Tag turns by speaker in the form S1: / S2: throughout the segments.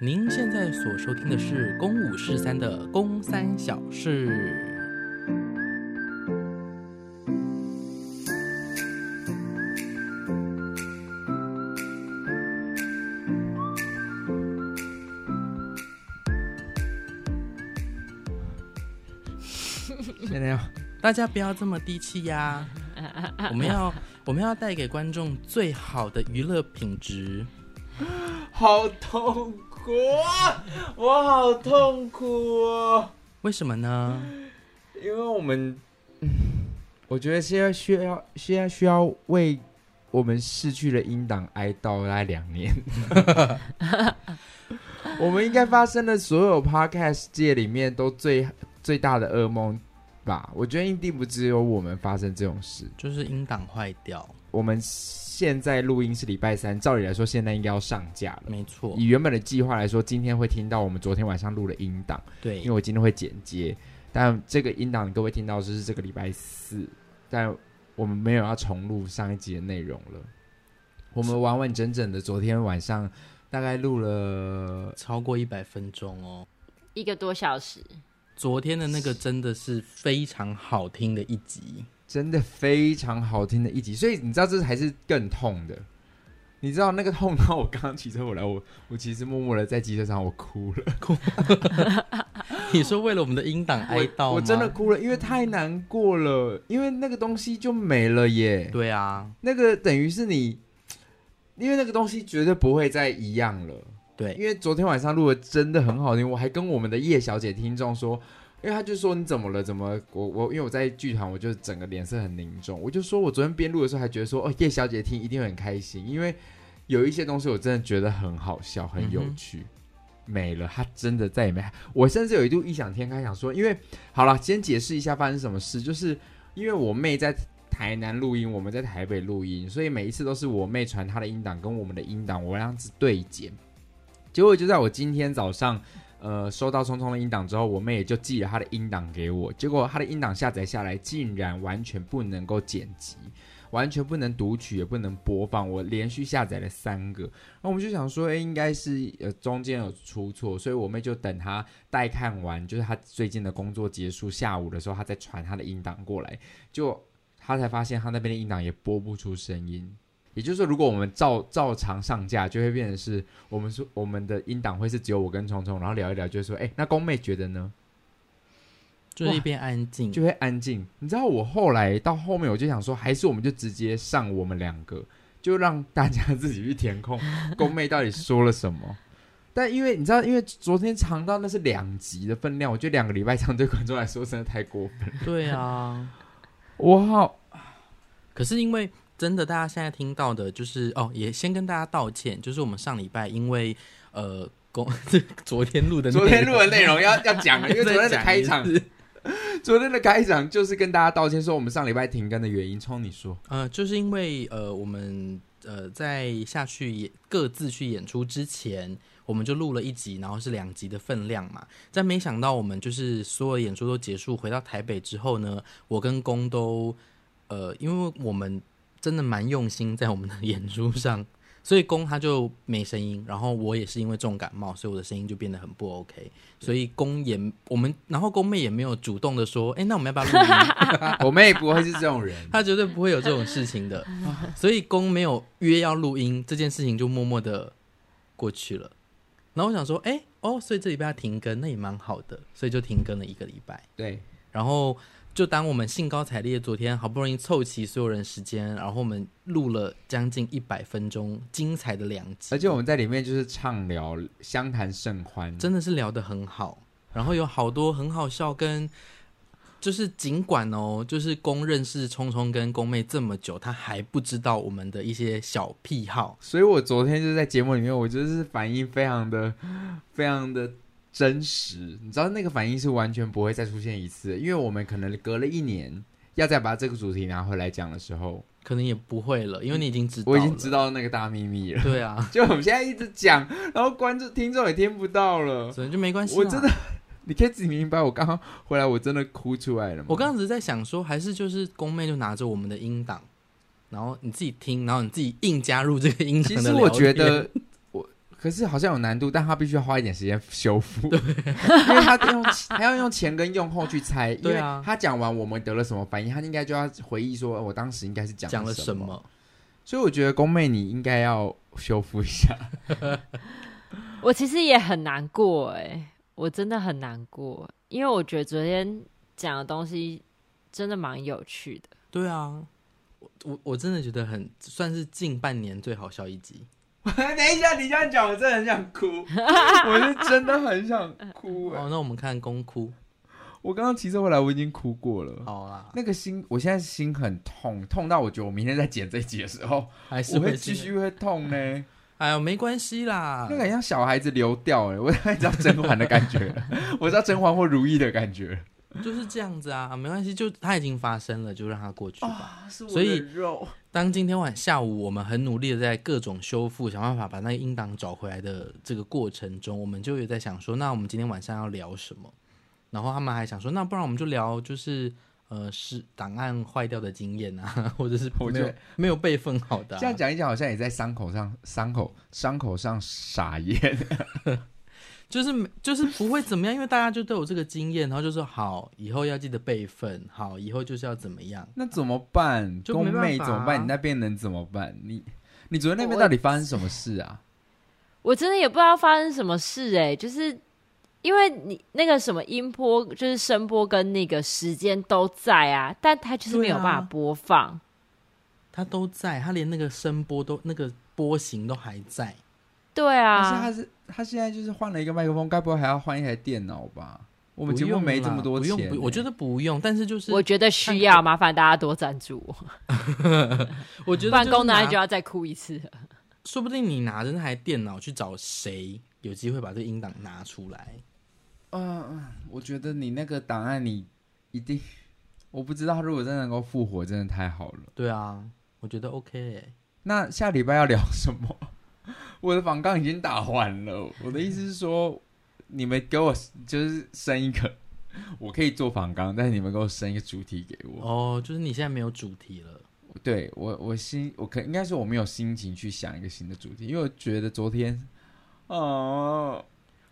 S1: 您现在所收听的是《公五十三》的《公三小事现在要大家不要这么低气压，我们要我们要带给观众最好的娱乐品质。
S2: 好痛苦啊！我好痛苦哦，
S1: 为什么呢？
S2: 因为我们，嗯我觉得现在需要现在需要为我们逝去的音档哀悼大概两年。 我们应该发生的所有 podcast 界里面都最最大的噩梦吧？我觉得一定不只有我们发生这种事。
S1: 就是音档坏掉，
S2: 我们现在录音是礼拜三，照理来说现在应该要上架了。
S1: 没错
S2: 以，原本的计划来说，今天会听到我们昨天晚上录的音档，
S1: 对
S2: 因为，我今天会剪接。但这个音档各位听到就是这个礼拜四，但我们没有要重录上一集的内容了。我们完完整整的昨天晚上大概录了，
S1: 超过一百分钟哦。
S3: 一个多小时，
S1: 昨天的那个真的是非常好听的一集，
S2: 真的非常好听的一集，所以你知道这才是更痛的。你知道那个痛到我刚刚骑车回来，我我其实默默的在机车上我哭了。
S1: 你说为了我们的音档哀悼
S2: 我，我
S1: 吗
S2: 真的哭了，因为太难过了，因为那个东西就没了耶。
S1: 对啊，
S2: 那个等于是你，因为那个东西绝对不会再一样了。
S1: 对，
S2: 因为昨天晚上录的真的很好听，我还跟我们的叶小姐听众说，因为她就说你怎么了？怎么我我因为我在剧团，我就整个脸色很凝重，我就说我昨天边录的时候还觉得说哦叶小姐听一定会很开心，因为有一些东西我真的觉得很好笑，很有趣。没了，她真的再也没。我甚至有一度异想天开，想说，因为好了，先解释一下发生什么事，就是因为我妹在台南录音，我们在台北录音，所以每一次都是我妹传她的音档跟我们的音档，我这样子对剪。结果就在我今天早上，呃，收到聪聪的音档之后，我妹也就寄了她的音档给我。结果她的音档下载下来，竟然完全不能够剪辑，完全不能读取，也不能播放。我连续下载了三个，然后我们就想说，哎，应该是呃中间有出错，所以我妹就等她待看完，就是她最近的工作结束，下午的时候她再传她的音档过来，就她才发现她那边的音档也播不出声音。也就是说，如果我们照照常上架，就会变成是我们说我们的音档会是只有我跟虫虫，然后聊一聊，就会说，哎、那宫妹觉得呢？
S1: 就是一边安静，
S2: 就会安静。你知道我后来到后面，我就想说，还是我们就直接上我们两个，就让大家自己去填 空，宫妹到底说了什么。但因为你知道，因为昨天尝到那是两集的分量，我觉得两个礼拜唱对观众来说真的太过分了。
S1: 对 啊。
S2: 我好，
S1: 可是因为真的，大家现在听到的就是哦，也先跟大家道歉，就是我们上礼拜因为呃，公 昨天录的内容，
S2: 昨天录的内容要要讲啊 了，因为昨
S1: 再
S2: 天的
S1: 讲一
S2: 开场
S1: 次
S2: 昨天的开场就是跟大家道歉，说我们上礼拜停更的原因。冲你说，
S1: 呃，就是因为呃，我们呃在下去演各自去演出之前，我们就录了一集，然后是两集的分量嘛。但没想到我们就是所有演出都结束，回到台北之后呢，我跟公都呃，因为我们真的蛮用心在我们的 演出上，所以公他就没声音，然后我也是因为重感冒，所以我的声音就变得很不 OK，所以公也我们，然后公妹也没有主动的说，哎，那我们要不要录音？
S2: 我妹不会是这种人。
S1: 他绝对不会有这种事情的。所以公没有约要录音这件事情，就默默的过去了。然后我想说，哎、哦，所以这礼拜要停更，那也蛮好的，所以就停更了一个礼拜。
S2: 对，
S1: 然后就当我们兴高采烈，昨天好不容易凑齐所有人时间，然后我们录了将近一百分钟精彩的两集，
S2: 而且我们在里面就是畅聊，相谈甚欢。
S1: 真的是聊得很好，然后有好多很好笑跟就是尽管哦，就是公认识聪聪跟公妹这么久，他还不知道我们的一些小癖好。
S2: 所以我昨天就在节目里面，我就是反应非常的、非常的真实。你知道那个反应是完全不会再出现一次的，因为我们可能隔了一年要再把这个主题拿回来讲的时候，
S1: 可能也不会了，因为你已经知道，
S2: 我已经知。道那个大秘密了。
S1: 对啊，
S2: 就我们现在一直讲，然后观众、听众也听不到了。
S1: 所以就没关系。
S2: 我真的，你可以自己明白，我刚刚回来我真的哭出来了吗？
S1: 我刚刚只是在想说，还是就是宫妹就拿着我们的音档，然后你自己听，然后你自己硬加入这个音档
S2: 其
S1: 的
S2: 实
S1: 聊
S2: 我觉
S1: 天
S2: 得我可是好像有难度，但他必须要花一点时间修复，因为他用还要用前跟用后去猜，因
S1: 对
S2: 为
S1: 啊
S2: 他讲完我们得了什么反应，他应该就要回忆说，呃我当时应该是讲
S1: 讲
S2: 了
S1: 了什
S2: 么。
S1: 么，
S2: 所以我觉得宫妹你应该要修复一下，
S4: 我其实也很难过哎、我真的很难过，因为我觉得昨天讲的东西真的蛮有趣的。
S1: 对啊，我我我真的觉得很算是近半年最好笑一集。
S2: 等一下，你这样讲，我真的很想 哭，我是真的很想哭、哎
S1: 哦，那我们看公哭，
S2: 我刚刚骑车回来，我已经哭过了。
S1: 好啦，
S2: 那个心，我现在心很痛，痛到我觉得我明天在剪这一集的时候，
S1: 还是
S2: 我会
S1: 会继
S2: 继
S1: 续。
S2: 续会痛呢。
S1: 哎呦，没关系啦
S2: 那，个很像小孩子流掉哎、 我大概知道甄嬛的感觉 了，我知道甄嬛或如意的感觉。
S1: 就是这样子啊，没关系，就它已经发生了，就让它过去吧。
S2: 所
S1: 的所以
S2: 肉，
S1: 当今天晚下午，我们很努力的在各种修复，想办法把那个音档找回来的这个过程中，我们就有在想说，那我们今天晚上要聊什么？然后他们还想说，那不然我们就聊就是呃，是档案坏掉的经验啊，或者是
S2: 我
S1: 没
S2: 觉
S1: 有
S2: 得
S1: 没有备份好的、啊。
S2: 这样讲一讲，好像也在伤口上、伤口、伤口上撒盐。
S1: 就是没就是不会怎么样，因为大家就都有这个经验，然后就说好，以后要记得备份，好，以后就是要怎么样。
S2: 那怎么办？
S1: 就没办法
S2: 宫
S1: 啊
S2: 妹怎么办？你那边能怎么办？你你昨天那边
S4: 我
S2: 到底发生什么事啊？
S4: 我真的也不知道发生什么事哎、就是因为你那个什么音波，就是声波跟那个时间都在啊，但它就是没有
S1: 对啊
S4: 办法播放。
S1: 他都在，他连那个声波都那个波形都还在，
S4: 对
S2: 但是
S4: 啊
S2: 他，是他现在就是换了一个麦克风，该不会还要换一台电脑吧？我
S1: 我
S2: 们节目没这么多
S1: 不
S2: 钱、欸
S1: 用不，我觉得不用，但是就是
S4: 我觉得需要，麻烦大家多赞助我，
S1: 我觉
S4: 不
S1: 得
S4: 然
S1: 就是
S4: 公
S1: 拿
S4: 男就要再哭一次了。
S1: 说不定你拿着那台电脑去找谁，有机会把这个音档拿出来。
S2: 嗯，嗯，我觉得你那个档案你一定，我不知道如果真的能够复活，真的太好了。
S1: 对啊，我觉得 OK，欸
S2: 那下礼拜要聊什么？ 我的访纲已经打完了，我的意思是说，你们给我就是生一个， 我可以做访纲，但是你们给我生一个主题给我。
S1: 哦，就是你现在没有主题了。
S2: 对我，我心我可应该是我没有心情去想一个新的主题，因为我觉得昨天，哦，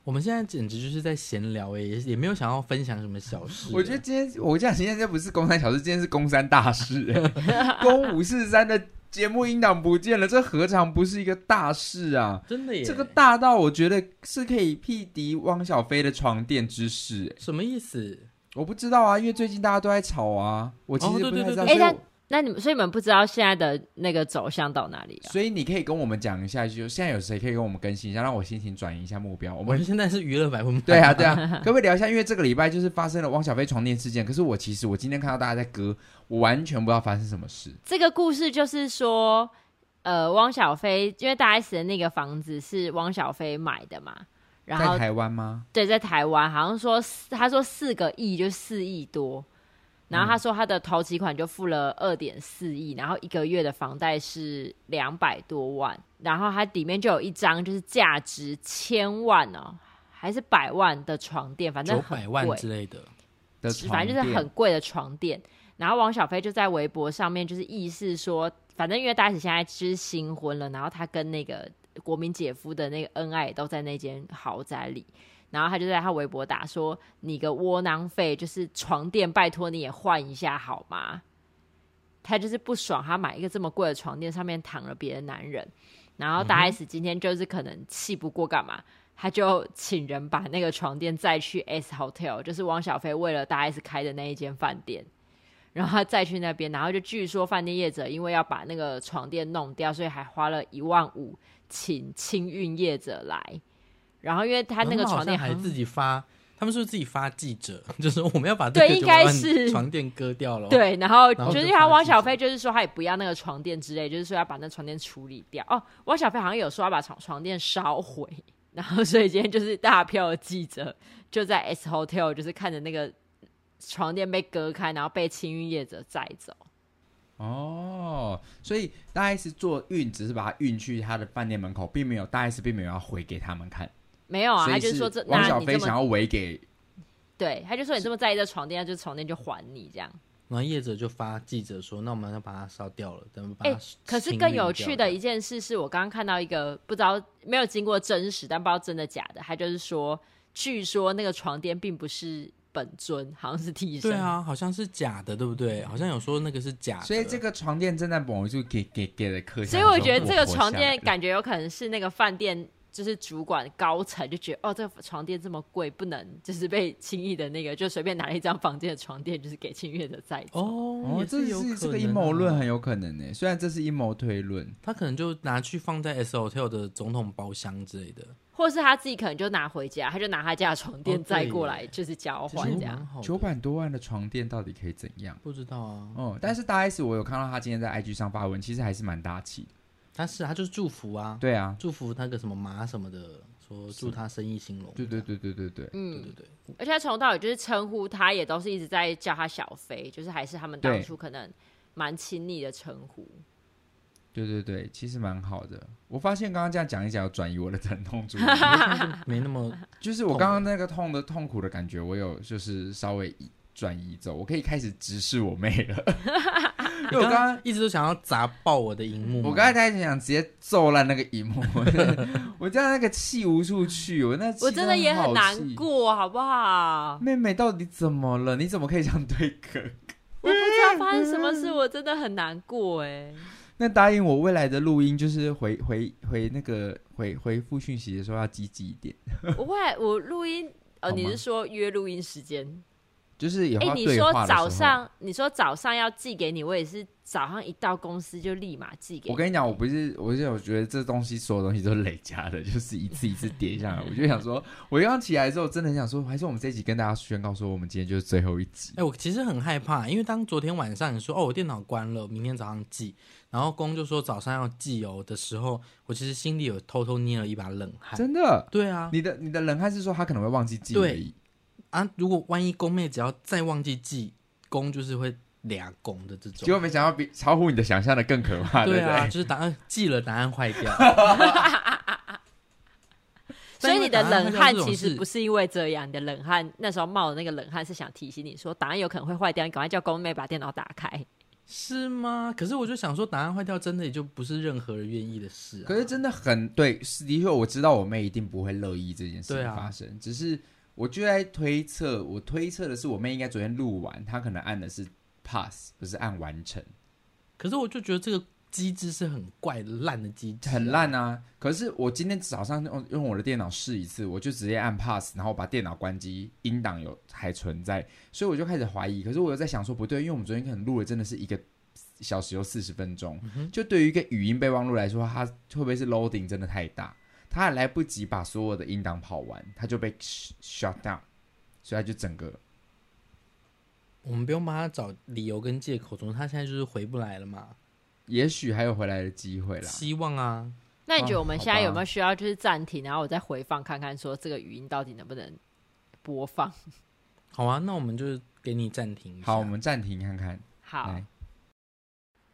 S1: 我们现在简直就是在闲聊诶，也也没有想要分享什么小事欸。
S2: 我觉得今天，我讲今天这不是公山小事，今天是公山大事、欸。公五四三的节目音档不见了，这何尝不是一个大事啊？
S1: 真的耶，
S2: 这个大到我觉得是可以匹敌汪小菲的床垫之事、欸。
S1: 什么意思？
S2: 我不知道啊，因为最近大家都在吵啊，我其
S1: 哦对
S2: 实不太
S1: 对
S2: 知道。
S1: 对
S2: 所以
S4: 对
S2: 我
S4: 那你们所以你们不知道现在的那个走向到哪里了？
S2: 所以你可以跟我们讲一下，就现在有谁可以跟我们更新一下，让我心情转移一下目标。我
S1: 我
S2: 们
S1: 们现在是娱乐百分百，
S2: 对啊，对啊，可不可以聊一下？因为这个礼拜就是发生了汪小菲床垫事件，可是我其实我今天看到大家在割，我完全不知道发生什么事。
S4: 这个故事就是说，呃，汪小菲因为大 S 的那个房子是汪小菲买的嘛，然后
S2: 在台湾吗？
S4: 对，在台湾好像说四，他说四个亿就四亿多，然后他说他的头期款就付了二点四亿，然后一个月的房贷是两百多万，然后它里面就有一张就是价值千万哦，还是百万的床垫，反正
S1: 九
S4: 很
S1: 百万
S4: 贵，
S1: 之类的，
S2: 的
S4: 反正就是
S2: 床
S4: 很
S2: 垫
S4: 贵的床垫。然后王小飞就在微博上面就是意思说，反正因为大 S 现在就是新婚了，然后她跟那个国民姐夫的那个恩爱也都在那间豪宅里。然后他就在他微博打说：“你个窝囊废，就是床垫，拜托你也换一下好吗？”他就是不爽，他买一个这么贵的床垫，上面躺了别的男人。然后
S1: 嗯
S4: 大 S 今天就是可能气不过，干嘛？他就请人把那个床垫再去 S Hotel，就是汪小菲为了大 S 开的那一间饭店，然后他再去那边，然后就据说饭店业者因为要把那个床垫弄掉，所以还花了一万五请清运业者来。然后因为他那个
S1: 然后
S4: 床
S1: 哦好像
S4: 垫
S1: 还
S4: 很
S1: 自己发他们是不是自己发记者， 就说我们要把这
S4: 对
S1: 个
S4: 应
S1: 九
S4: 该
S1: 百万
S4: 是
S1: 床垫割掉
S2: 哦
S1: 了。，
S4: 对，然后
S1: 然后
S4: 就
S1: 就
S4: 是因为他
S1: 发
S4: 汪
S1: 记
S4: 小
S1: 者
S4: 菲就是说他也不要那个床垫之类，就是说要把那床垫处理掉。哦，汪小菲好像有说要把床床垫烧毁，然后所以今天就是大票的记者就在 S Hotel 就是看着那个床垫被割开，然后被清运业者载走。
S2: 哦，所以大 S 做运只是把它运去他的饭店门口，并没有大 S 并没有要回给他们看，
S4: 没有啊，
S2: 所
S4: 他
S2: 以
S4: 就是说这
S2: 王
S4: 那
S2: 小
S4: 你这
S2: 飞想
S4: 么
S2: 要围给
S4: 对，他就说你这么在意这床垫，那就床垫就还你这样。
S1: 然后业者就发记者说，那我们要把它烧掉了，等把
S4: 哎、
S1: 它清理掉。
S4: 可是更有趣的一
S1: 这样
S4: 件事是我刚刚看到一个不知道没有经过真实，但不知道真的假的，他就是说，据说那个床垫并不是本尊，好像是替身。
S1: 对，啊，好像是假的，对不对？好像有说那个是假的，
S2: 所以这个床垫正在某就给给给了客，
S4: 所以我觉得这个床垫感觉有可能是那个饭店。就是主管高层就觉得哦，这个床垫这么贵，不能就是被轻易的那个，就随便拿了一张房间的床垫，就是给清月的在走。
S1: 哦，
S2: 哦，
S1: 也
S2: 这
S1: 有可
S2: 是
S1: 能
S2: 这个阴谋论
S1: 啊
S2: 很有可能呢，虽然这是阴谋推论，
S1: 他可能就拿去放在 S Hotel 的总统包厢之类的，
S4: 或是他自己可能就拿回家，他就拿他家的床
S1: 哦
S4: 垫
S1: 对
S4: 再过
S1: 耶
S4: 来，就是交
S1: 其实
S4: 换这样
S1: 蛮。好的
S2: 九百多万的床垫到底可以怎样？
S1: 不知道啊，
S2: 哦，但是大 S 我有看到她今天在 IG 上发文，其实还是蛮大气的。
S1: 他是他就是祝福啊，
S2: 对啊，
S1: 祝福那个什么马什么的，说祝他生意兴隆。
S2: 对对对对对对，
S4: 嗯，
S1: 对对，
S4: 而且他从头到尾就是称呼他，也都是一直在叫他小飞，就是还是他们当
S2: 对
S4: 初可能蛮亲昵的称呼。
S2: 对对对，其实蛮好的。我发现刚刚这样讲一讲，有转移我的疼痛 注意力，
S1: 没那么
S2: 就是我刚刚那个痛的痛苦的感觉，我有就是稍微移转移走，我可以开始直视我妹了。因为
S1: 我
S2: 我
S1: 刚
S2: 刚
S1: 刚
S2: 刚
S1: 一直都想要砸爆我的荧幕嘛，
S2: 我刚才在想直接揍烂那个荧幕， 我这样那个气无处去，我那气
S4: 我真的也很
S2: 好
S4: 难
S2: 气。
S4: 过，好不好？
S2: 妹妹到底怎么了？你怎么可以这样对哥哥？
S4: 我不知道发生什么
S2: 嗯
S4: 事，我真的很难过哎、
S2: 那答应我未来的录音就是回回回那个回回复讯息的时候要积极一点，
S4: 我后来我录音，呃，
S2: 好吗
S4: 你是说约录音时间？
S2: 就是有
S4: 哎、
S2: 话
S4: 你
S2: 对
S4: 说
S2: 话的时候。
S4: 早上，你说早上要寄给你，我也是早上一到公司就立马寄给你。
S2: 我跟你讲，我不是，我是我觉得这东西所有东西都是累加的， 就是一次一次叠下来。我就想说，我刚起来之后，真的很想说，还是我们这一集跟大家宣告说，我们今天就是最后一 集
S1: 哎、。我其实很害怕，因为当昨天晚上你说哦，我电脑关了，明天早上寄，然后公就说早上要寄哦的时候，我其实心里有偷偷捏了一把冷汗。
S2: 真的，
S1: 对啊，
S2: 你的你的冷汗是说他可能会忘记记忆而已。
S1: 啊，如果万一公妹只要再忘记寄，公就是会俩公的这种。
S2: 结果没想到比超乎你的想象的更可怕，对
S1: 对
S2: 不
S1: 啊，
S2: 对？
S1: 就是答案寄了，答案坏掉。
S4: 所以你的冷汗其实不
S1: 是
S4: 是因为这样，你的冷汗那时候冒的那个冷汗是想提醒你说档案有可能会坏掉，你赶快叫工妹把电脑打开。
S1: 是吗？可是我就想说，答案坏掉真的也就不是任何人愿意的事、啊。
S2: 可是真的很对，是的确，我知道我妹一定不会乐意这件事
S1: 对
S2: 情
S1: 啊
S2: 发生，只是我就在推测，我推测的是我妹应该昨天录完，她可能按的是 pass，不是按完成。
S1: 可是我就觉得这个机制是很怪烂的机制、
S2: 很烂
S1: 啊。
S2: 啊！可是我今天早上用用我的电脑试一次，我就直接按 pass，然后把电脑关机，音档有还存在，所以我就开始怀疑。可是我又在想说不对，因为我们昨天可能录了真的是一个小时有四十分钟，
S1: 嗯
S2: 就对于一个语音备忘录来说，它会不会是 loading 真的太大，它还来不及把所有的音档跑完，它就被 sh- shut down，所以它就整个
S1: 我们不用帮他找理由跟借口，总之他现在就是回不来了嘛。
S2: 也许还有回来的机会啦。
S1: 希望啊，
S4: 那你觉得我们
S2: 哦
S4: 现在
S2: 好吧
S4: 有没有需要就是暂停，然后我再回放看看，说这个语音到底能不能播放？
S1: 好啊，那我们就给你暂停一下。
S2: 好，我们暂停看看。
S4: 好
S2: 来，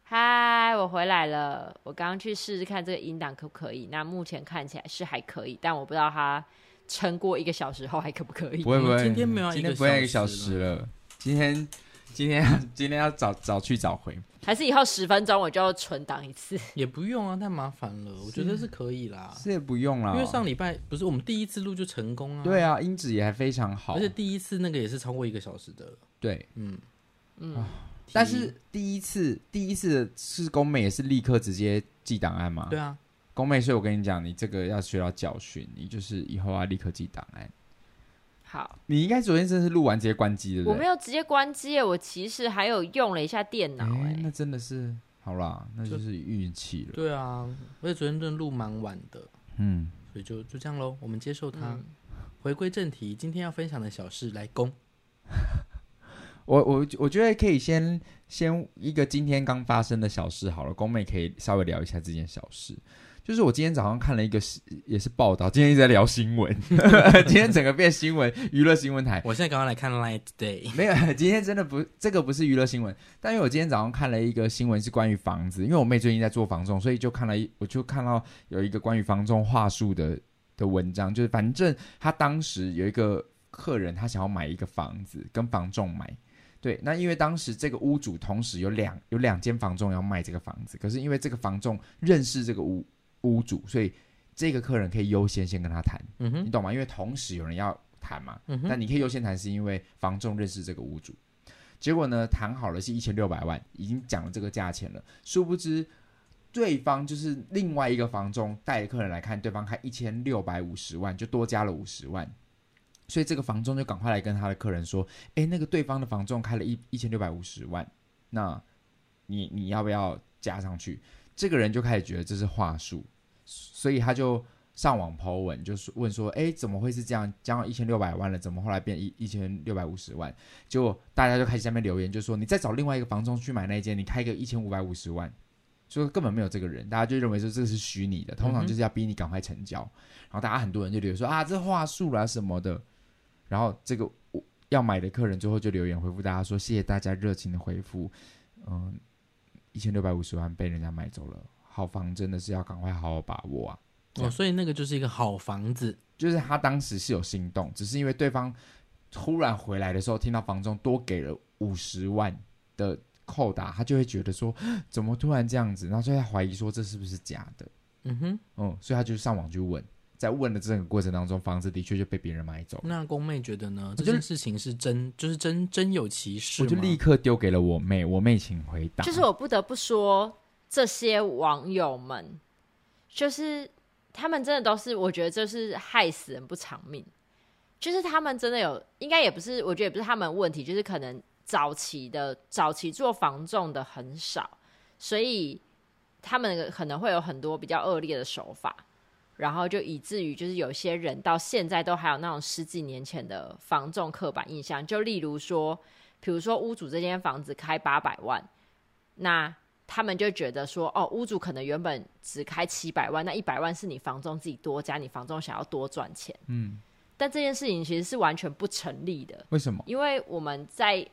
S4: 嗨，我回来了，我刚刚去试试看这个音档可不可以。那目前看起来是还可以，但我不知道它撑过一个小时后还可不可以
S2: 不。会不
S1: 我们
S2: 会，
S1: 今天没有要
S2: 今
S1: 一
S2: 天
S1: 个
S2: 不会要一个
S1: 小
S2: 小
S1: 时
S2: 时了，今天今天今天要 早早去早回，
S4: 还是以后十分钟我就存档一次？
S1: 也不用啊，太麻烦了，我觉得是可以啦。
S2: 这也不用了，
S1: 因为上礼拜不是我们第一次录就成功啊。
S2: 对
S1: 啊，
S2: 啊，音质也还非常好
S1: 而，且第一次那个也是超过一个小时的，
S2: 对，
S1: 嗯
S2: 啊
S4: 嗯，
S2: 但是第一次第一次是宫妹也是立刻直接记档案嘛，
S1: 对，啊，
S2: 宫妹，所以我跟你讲，你这个要学到教训，你就是以后要立刻记档案。
S4: 好，
S2: 你应该昨天真的是录完直接关机，对不
S4: 我
S2: 对？
S4: 没有直接关机耶，我其实还有用了一下电脑
S2: 哎
S4: 哎、
S2: 那真的是好啦，那就是运气了，
S1: 欸对啊，而且昨天真的录蛮晚的，
S2: 嗯，
S1: 所以就就这样喽，我们接受它。
S4: 嗯
S1: 回归正题，今天要分享的小事来攻。
S2: 我我我觉得可以先先一个今天刚发生的小事好了，宫妹可以稍微聊一下这件小事。就是我今天早上看了一个也是报道，今天一直在聊新闻， 今天整个变新闻娱乐新闻台。
S1: 我现在赶快来看 Line Today，
S2: 没有，今天真的不，这个不是娱乐新闻，但因为我今天早上看了一个新闻是关于房子，因为我妹最近在做房仲，所以就看了一，我就看到有一个关于房仲话术的的文章，就是反正他当时有一个客人，他想要买一个房子，跟房仲买。对，那因为当时这个屋主同时有两有两间房仲要卖这个房子，可是因为这个房仲认识这个屋屋主，所以这个客人可以优先先跟他谈，
S1: 嗯
S2: 你
S1: 哼，
S2: 懂吗？因为同时有人要谈嘛，
S1: 嗯
S2: 但
S1: 哼，
S2: 你可以优先谈，是因为房仲认识这个屋主。结果呢，谈好了是一千六百万，已经讲了这个价钱了，殊不知对方就是另外一个房仲带着客人来看，对方开一千六百五十万，就多加了五十万。所以这个房仲就赶快来跟他的客人说：“诶，那个对方的房仲开了一一千六百五十万，那你你要不要加上去？”这个人就开始觉得这是话术，所以他就上网 Po 文，就是问说，哎，怎么会是这样？将要一千六百万了，怎么后来变一一千六百五十万？结果大家就开始下面留言，就说你再找另外一个房东去买那一间，你开个一千五百五十万，说根本没有这个人，大家就认为说这个是虚拟的，通常就是要逼你赶快成交。然后大家很多人就留言说啊，这话术啦什么的。然后这个我要买的客人最后就留言回复大家说，谢谢大家热情的回复，嗯，一千六百五十万被人家买走了，好房真的是要赶快好好把握啊。
S1: 哦，所以那个就是一个好房子，
S2: 就是他当时是有心动，只是因为对方突然回来的时候，听到房仲多给了五十万的扣打，他就会觉得说怎么突然这样子，然后所以他怀疑说这是不是假的，
S1: 嗯哼。
S2: 嗯，所以他就上网去问，在问的这个过程当中，房子的确就被别人买走了，
S1: 那宫妹觉得呢？这
S2: 就
S1: 件事情是真，就是真真有其事
S2: 我
S1: 吗？
S2: 就立刻丢给了我妹，我妹请回答，
S4: 就是我不得不说，这些网友们，就是他们真的都是，我觉得就是害死人不偿命。就是他们真的有，应该也不是，我觉得也不是他们的问题，就是可能早期的早期做防重的很少，所以他们可能会有很多比较恶劣的手法，然后就以至于就是有些人到现在都还有那种十几年前的防重刻板印象，就例如说，比如说屋主这间房子开八百万，那他们就觉得说，哦，屋主可能原本只开七百万，那一百万是你房东自己多加，你房东想要多赚钱，
S2: 嗯，
S4: 但这件事情其实是完全不成立的，
S2: 为什么？
S4: 因为我们在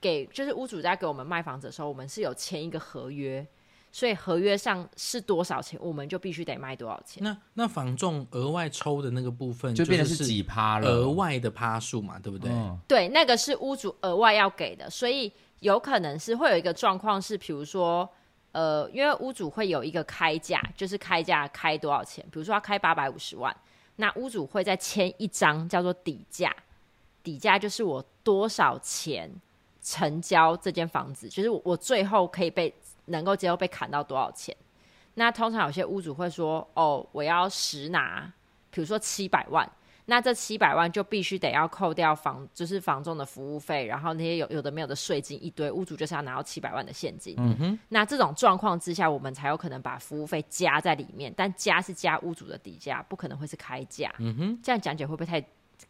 S4: 给就是屋主在给我们卖房子的时候，我们是有签一个合约，所以合约上是多少钱，我们就必须得卖多少钱。
S1: 那那房仲额外抽的那个部分
S2: 就变成
S1: 是
S2: 是几趴了，
S1: 额外的趴数嘛，对不对？
S2: 嗯
S4: 对，那个是屋主额外要给的，所以有可能是会有一个状况是，比如说，呃，因为屋主会有一个开价，就是开价开多少钱，比如说要开八百五十万，那屋主会再签一张叫做底价，底价就是我多少钱成交这间房子，就是我我最后可以被能够接受被砍到多少钱。那通常有些屋主会说，哦，我要实拿，比如说七百万。那这七百万就必须得要扣掉房，就是房仲的服务费，然后那些有有的没有的税金一堆，屋主就是要拿到七百万的现金。嗯哼，那这种状况之下，我们才有可能把服务费加在里面，但加是加屋主的底价，不可能会是开价。嗯哼，这样讲解会不会太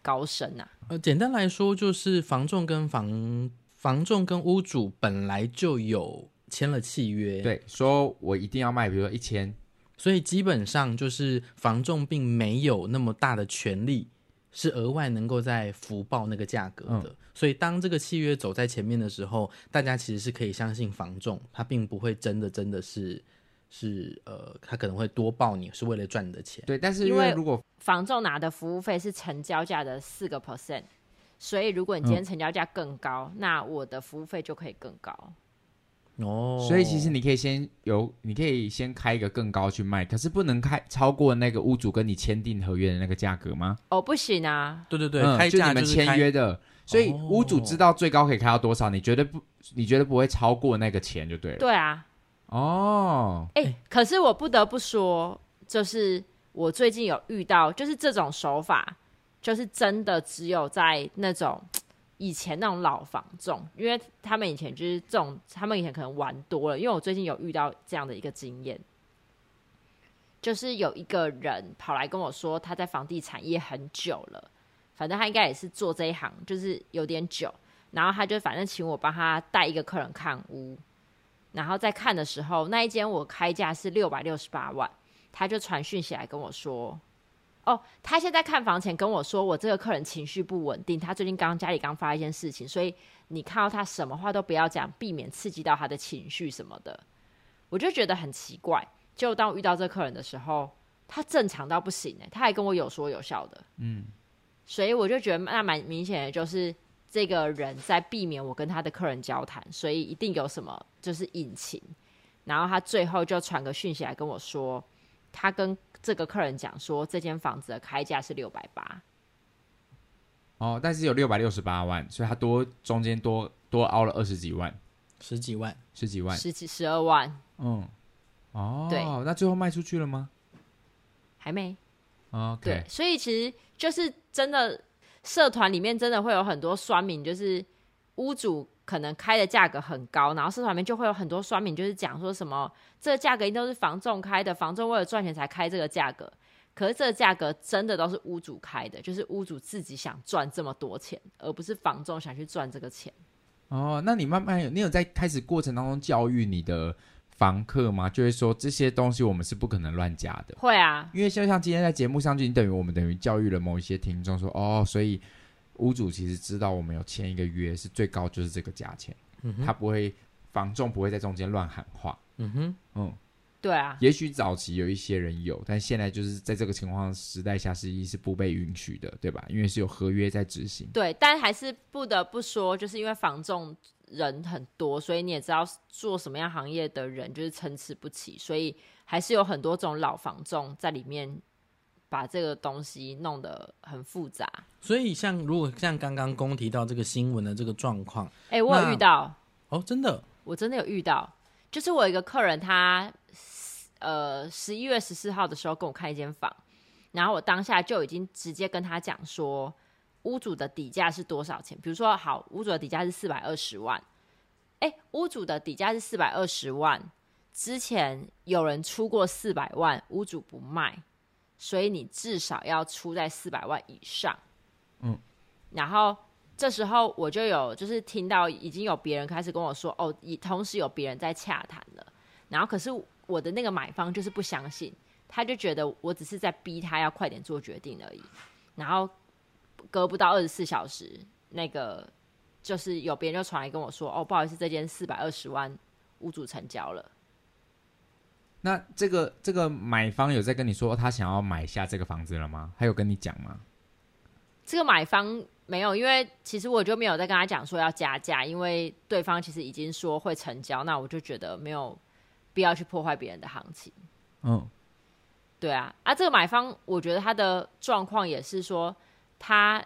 S4: 高深啊？
S1: 呃，简单来说就是房仲跟房房仲跟屋主本来就有签了契约，，
S2: 对，说我一定要卖，比如说一千，
S1: 所以基本上就是房仲并没有那么大的权利，是额外能够在福报那个价格的。
S2: 嗯
S1: 所以当这个契约走在前面的时候，大家其实是可以相信房仲，他并不会真的真的是是呃，他可能会多报你是为了赚你的钱。
S2: 对，但是因
S4: 因
S2: 为
S4: 为
S2: 如果
S4: 房仲拿的服务费是成交价的四个 percent，所以如果你今天成交价更高，那我的服务费就可以更高。
S1: 哦，
S2: 所以其实你可以先有，你可以先开一个更高去卖，可是不能开超过那个屋主跟你签订合约的那个价格吗？
S4: 哦，不行啊，
S1: 对对对，
S2: 嗯
S1: 开
S2: 就
S1: 价
S2: 你们
S1: 是
S2: 签
S1: 开
S2: 约的，所以
S1: 哦
S2: 屋主知道最高可以开到多少，你绝对不，你绝对不会超过那个钱就对了。
S4: 对啊，
S2: 哦，
S4: 哎、可是我不得不说，就是我最近有遇到，就是这种手法，就是真的只有在那种以前那种老房仲，因为他们以前就是这种，他们以前可能玩多了。因为我最近有遇到这样的一个经验，就是有一个人跑来跟我说，他在房地产业很久了，反正他应该也是做这一行，就是有点久。然后他就反正请我帮他带一个客人看屋，然后在看的时候，那一间我开价是六百六十八万，他就传讯息来跟我说，哦，他现在看房前跟我说，我这个客人情绪不稳定，他最近刚家里刚发一件事情，所以你看到他什么话都不要讲，避免刺激到他的情绪什么的。我就觉得很奇怪，就当我遇到这客人的时候，他正常到不行哎、他还跟我有说有笑的，嗯，所以我就觉得那蛮明显的就是这个人在避免我跟他的客人交谈，所以一定有什么就是隐情。然后他最后就传个讯息来跟我说，他跟这个客人讲说，这间房子的开价是六百八，
S2: 哦，但是有六百六十八万，所以他多中间多多凹了二十几万，
S1: 十几万，
S2: 十几万，
S4: 十几十二万
S2: 嗯，哦，
S4: 对
S2: 那最后卖出去了吗
S4: 还没。对
S2: ？OK，，
S4: 所以其实就是真的，社团里面真的会有很多酸民，就是屋主可能开的价格很高，然后社团里面就会有很多酸民，就是讲说什么这个价格一定都是房仲开的，房仲为了赚钱才开这个价格。可是这个价格真的都是屋主开的，就是屋主自己想赚这么多钱，而不是房仲想去赚这个钱。
S2: 哦，那你慢慢有，你有在开始过程当中教育你的房客吗？就是说这些东西我们是不可能乱加的，
S4: 会啊，
S2: 因为就像今天在节目上去，你等于我们等于教育了某一些听众说，哦，所以屋主其实知道我们有签一个约，是最高就是这个价钱，
S1: 嗯哼
S2: 他不会房仲不会在中间乱喊话，
S1: 嗯哼，
S2: 嗯，
S4: 对啊，
S2: 也许早期有一些人有，但现在就是在这个情况时代下是一是不被允许的，对吧？因为是有合约在执行。
S4: 对，但还是不得不说，就是因为房仲人很多，所以你也知道做什么样行业的人就是参差不齐，所以还是有很多种老房仲在里面把这个东西弄得很复杂。
S1: 所以像如果像刚刚公提到这个新闻的这个状况，
S4: 哎、我有
S1: 那
S4: 遇到，
S1: 哦，真的，
S4: 我真的有遇到，就是我有一个客人他，呃十一月十四号的时候跟我看一间房，然后我当下就已经直接跟他讲说，屋主的底价是多少钱？比如说，好，屋主的底价是四百二十万，哎，屋主的底价是四百二十万，之前有人出过四百万，屋主不卖，所以你至少要出在四百万以上。
S2: 嗯，
S4: 然后这时候我就有就是听到已经有别人开始跟我说，哦，以同时有别人在洽谈了。然后可是我的那个买方就是不相信，他就觉得我只是在逼他要快点做决定而已。然后隔不到二十四小时，那个就是有别人就传来跟我说，哦，不好意思，这间四百二十万屋主成交了。
S2: 那这个这个买方有在跟你说他想要买下这个房子了吗？他有跟你讲吗？
S4: 这个买方没有，因为其实我就没有再跟他讲说要加价，因为对方其实已经说会成交，那我就觉得没有必要去破坏别人的行情。
S2: 嗯，
S4: 对啊，啊，这个买方我觉得他的状况也是说，他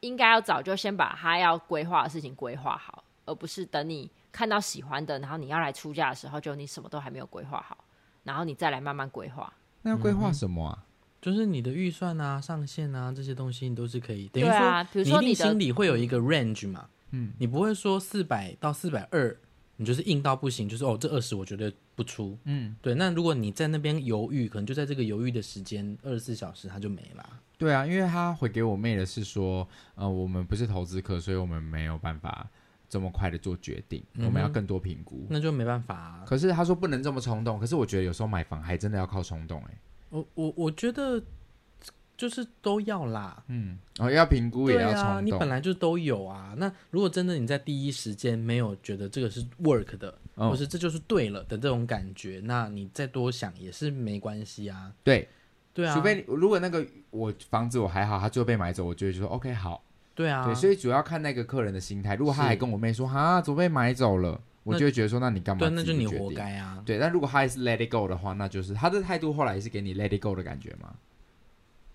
S4: 应该要早就先把他要规划的事情规划好，而不是等你看到喜欢的，然后你要来出价的时候，就你什么都还没有规划好，然后你再来慢慢规划。
S2: 那要规划什么啊？
S1: 就是你的预算啊、上限啊这些东西，你都是可以。等于
S4: 对啊
S1: 说，
S4: 比如
S1: 你
S4: 说
S1: 一定
S4: 你的
S1: 心里会有一个 range 嘛，嗯，你不会说四百到四百二，你就是硬到不行，就是哦，这二十我绝对不出，嗯，对。那如果你在那边犹豫，可能就在这个犹豫的时间二十四小时，它就没啦。
S2: 对啊，因为他回给我妹的是说，呃，我们不是投资客，所以我们没有办法这么快的做决定，
S1: 嗯
S2: 我们要更多评估。
S1: 那就没办法、啊。
S2: 可是他说不能这么冲动，可是我觉得有时候买房还真的要靠冲动哎、
S1: 我我我觉得就是都要啦，
S2: 嗯，哦，要评估也
S1: 对
S2: 要
S1: 啊，
S2: 冲
S1: 你
S2: 动，
S1: 本来就都有啊。那如果真的你在第一时间没有觉得这个是 work 的，
S2: 嗯
S1: 或是这就是对了的这种感觉，那你再多想也是没关系啊。
S2: 对，
S1: 对啊，
S2: 除非如果那个我房子我还好，他最后被买走，我就会说 OK 好，
S1: 对啊，
S2: 对，所以主要看那个客人的心态。如果他
S1: 是
S2: 还跟我妹说哈，怎么被买走了，我
S1: 那
S2: 就会觉得说，那你干嘛？
S1: 对，那就你活。该啊。
S2: 对，但如果他也是 let it go 的话，那就是他的态度后来也是给你 let it go 的感觉嘛。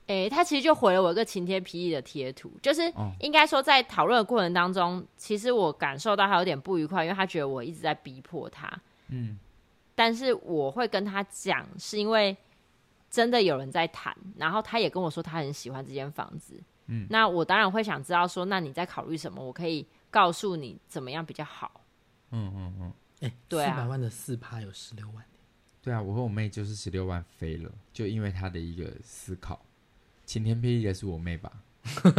S4: 诶，他其实就回了我一个晴天霹雳的贴图，就是
S2: 哦
S4: 应该说在讨论的过程当中，其实我感受到他有点不愉快，因为他觉得我一直在逼迫他。
S2: 嗯，
S4: 但是我会跟他讲，是因为真的有人在谈，然后他也跟我说他很喜欢这间房子。嗯，那我当然会想知道说，那你在考虑什么？我可以告诉你怎么样比较好。
S1: 哎，四
S4: 对啊
S1: 百万的四趴有十六万，
S2: 对啊，我和我妹就是十六万飞了，就因为她的一个思考。晴天霹雳的是我妹吧？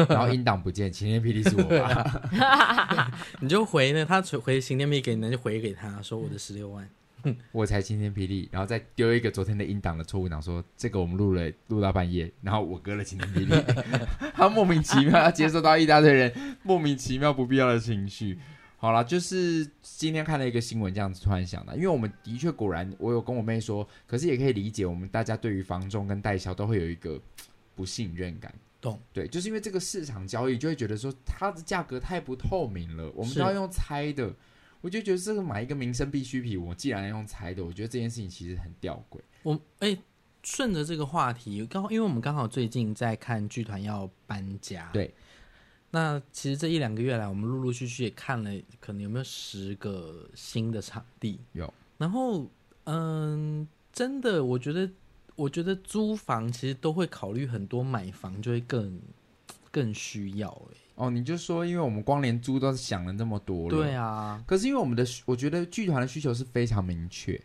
S2: 然后音档不见，晴天霹雳是我吧？
S1: 你就回呢，他回回行天币给你，那就回给他说我的十六万。
S2: 我才晴天霹雳，然后再丢一个昨天的音档的错误档，说这个我们录了录到半夜，然后我割了晴天霹雳，他莫名其妙要接受到一大堆人莫名其妙不必要的情绪。好啦，就是今天看了一个新闻，这样子突然想到，因为我们的确果然，我有跟我妹说，可是也可以理解我们大家对于房仲跟代销都会有一个不信任感。
S1: 懂
S2: 对，就是因为这个市场交易，就会觉得说它的价格太不透明了，我们
S1: 是
S2: 都要用猜的。我就觉得这个买一个民生必需品，我既然要用猜的，我觉得这件事情其实很吊诡。
S1: 我哎、顺着这个话题，刚好因为我们刚好最近在看剧团要搬家，
S2: 对。
S1: 那其实这一两个月来，我们陆陆续续也看了，可能有没有十个新的场地？
S2: 有。
S1: 然后，嗯，真的，我觉得，我觉得租房其实都会考虑很多，买房就会更更需要、欸。
S2: 哦，你就说，因为我们光连租都想了那么多了，
S1: 对啊，
S2: 可是因为我们的需，我觉得剧团的需求是非常明确，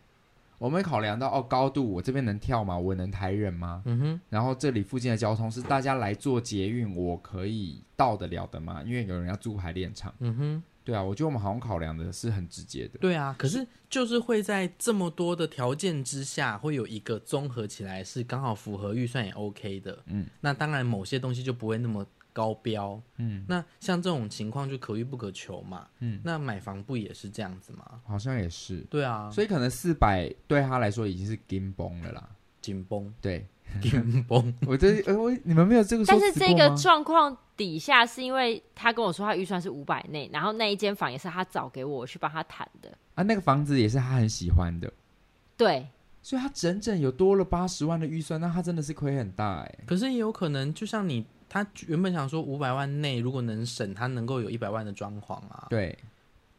S2: 我们会考量到哦高度，我这边能跳吗？我能抬人吗？
S1: 嗯哼，
S2: 然后这里附近的交通是大家来做捷运，我可以到得了的吗？因为有人要租排练场。
S1: 嗯哼。
S2: 对啊，我觉得我们好像考量的是很直接的。
S1: 对啊，可是就是会在这么多的条件之下，会有一个综合起来是刚好符合预算也 OK 的。
S2: 嗯，
S1: 那当然某些东西就不会那么高标。
S2: 嗯，
S1: 那像这种情况就可遇不可求嘛。
S2: 嗯，
S1: 那买房不也是这样子吗？
S2: 好像也是，
S1: 对啊，
S2: 所以可能四百对他来说已经是金崩了啦。
S1: 紧绷
S2: 对
S1: 紧绷。
S2: 我这呃我你们没有这个说
S4: 但
S2: 辞过
S4: 是
S2: 吗，
S4: 这个状况底下，是因为他跟我说他预算是五百内，然后那一间房也是他找给我我去帮他谈的。
S2: 啊那个房子也是他很喜欢的，
S4: 对，
S2: 所以他整整有多了八十万的预算，那他真的是亏很大哎、
S1: 可是也有可能，就像你他原本想说五百万内，如果能省，他能够有一百万的装潢啊，
S2: 对，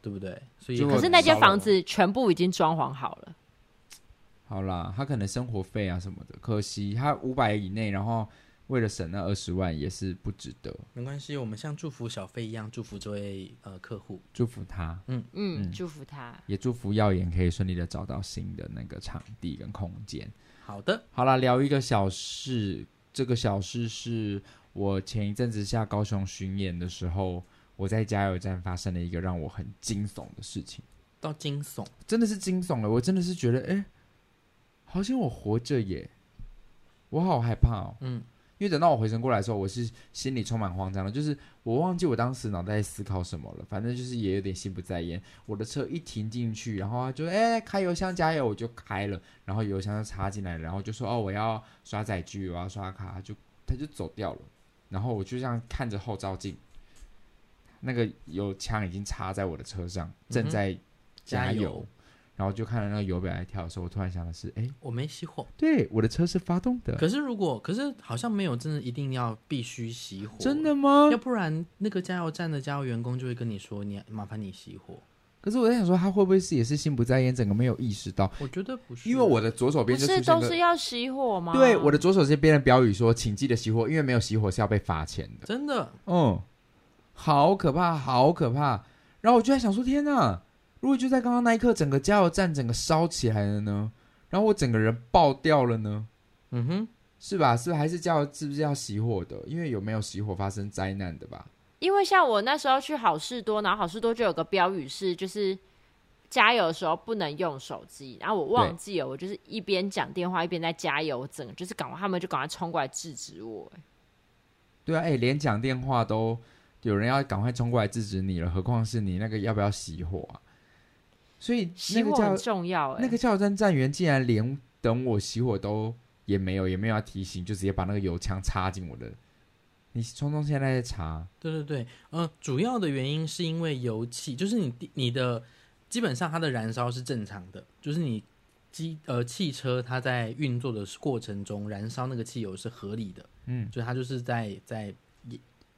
S1: 对不对？所以
S2: 结果
S4: 可是那间房子全部已经装潢好了，
S2: 好啦，他可能生活费啊什么的，可惜他五百以内，然后为了省那二十万也是不值得，
S1: 没关系，我们像祝福小费一样祝福这位呃客户。
S2: 祝福他，
S4: 嗯，祝福他。
S2: 也祝福耀眼可以顺利的找到新的那个场地跟空间。
S1: 好的，
S2: 好啦，聊一个小事，这个小事是我前一阵子下高雄巡演的时候，我在加油站发生了一个让我很惊悚的事情，
S1: 到惊悚。
S2: 真的是惊悚了，我真的是觉得，哎、好像我活着耶，我好害怕哦。
S1: 嗯，
S2: 因为等到我回神过来的时候，我是心里充满慌张的，就是我忘记我当时脑袋在思考什么了，反正就是也有点心不在焉。我的车一停进去，然后他就哎、开油箱加油，我就开了，然后油箱就插进来了，然后就说哦我要刷载具，我要刷卡，就他就走掉了，然后我就这样看着后照镜，那个油枪已经插在我的车上，正在
S1: 加
S2: 加油，
S1: 油
S2: 然后就看到那个油表在跳的时候，我突然想的是，哎、
S1: 我没熄火。
S2: 对，我的车是发动的，
S1: 可是如果，可是好像没有真的一定要必须熄火，
S2: 真的，吗
S1: 要？不然那个加油站的加油员工就会跟你说，你麻烦你熄火。
S2: 可是我在想说，他会不会是也是心不在焉，整个没有意识到？
S1: 我觉得不是，啊
S2: 因为我的左手
S4: 不
S2: 边就出
S4: 是
S2: 现
S4: 都
S2: 个
S4: 是要啊熄火吗？
S2: 对我的左手这边的标语说：“请记得熄火，因为没有熄火是要被罚钱的。
S1: 真的”
S2: 嗯，好可怕，好可怕。然后我就在想说，天哪！如果就在刚刚那一刻，整个加油站整个烧起来了呢？然后我整个人爆掉了呢？
S1: 嗯哼，
S2: 是吧？是还是加油？是不是要熄火的？因为有没有熄火发生灾难的吧？
S4: 因为像我那时候去好事多，然后好事多就有个标语是，就是加油的时候不能用手机。然后我忘记了，我就是一边讲电话一边在加油，整个就是赶快他们就赶快冲过来制止我、欸
S2: 对啊，哎、连讲电话都有人要赶快冲过来制止你了，何况是你那个要不要熄火啊？所以那
S4: 熄
S2: 个
S4: 火
S2: 加油
S4: 很重要、欸，
S2: 那个加油站站员竟然连等我熄火都也没有，也没有要提醒，就直接把那个油枪插进我的。你聪聪现在在查，
S1: 对对对，呃，主要的原因是因为油气，就是你你的基本上它的燃烧是正常的，就是你机呃汽车它在运作的过程中燃烧那个汽油是合理的，
S2: 嗯，
S1: 就是它就是在在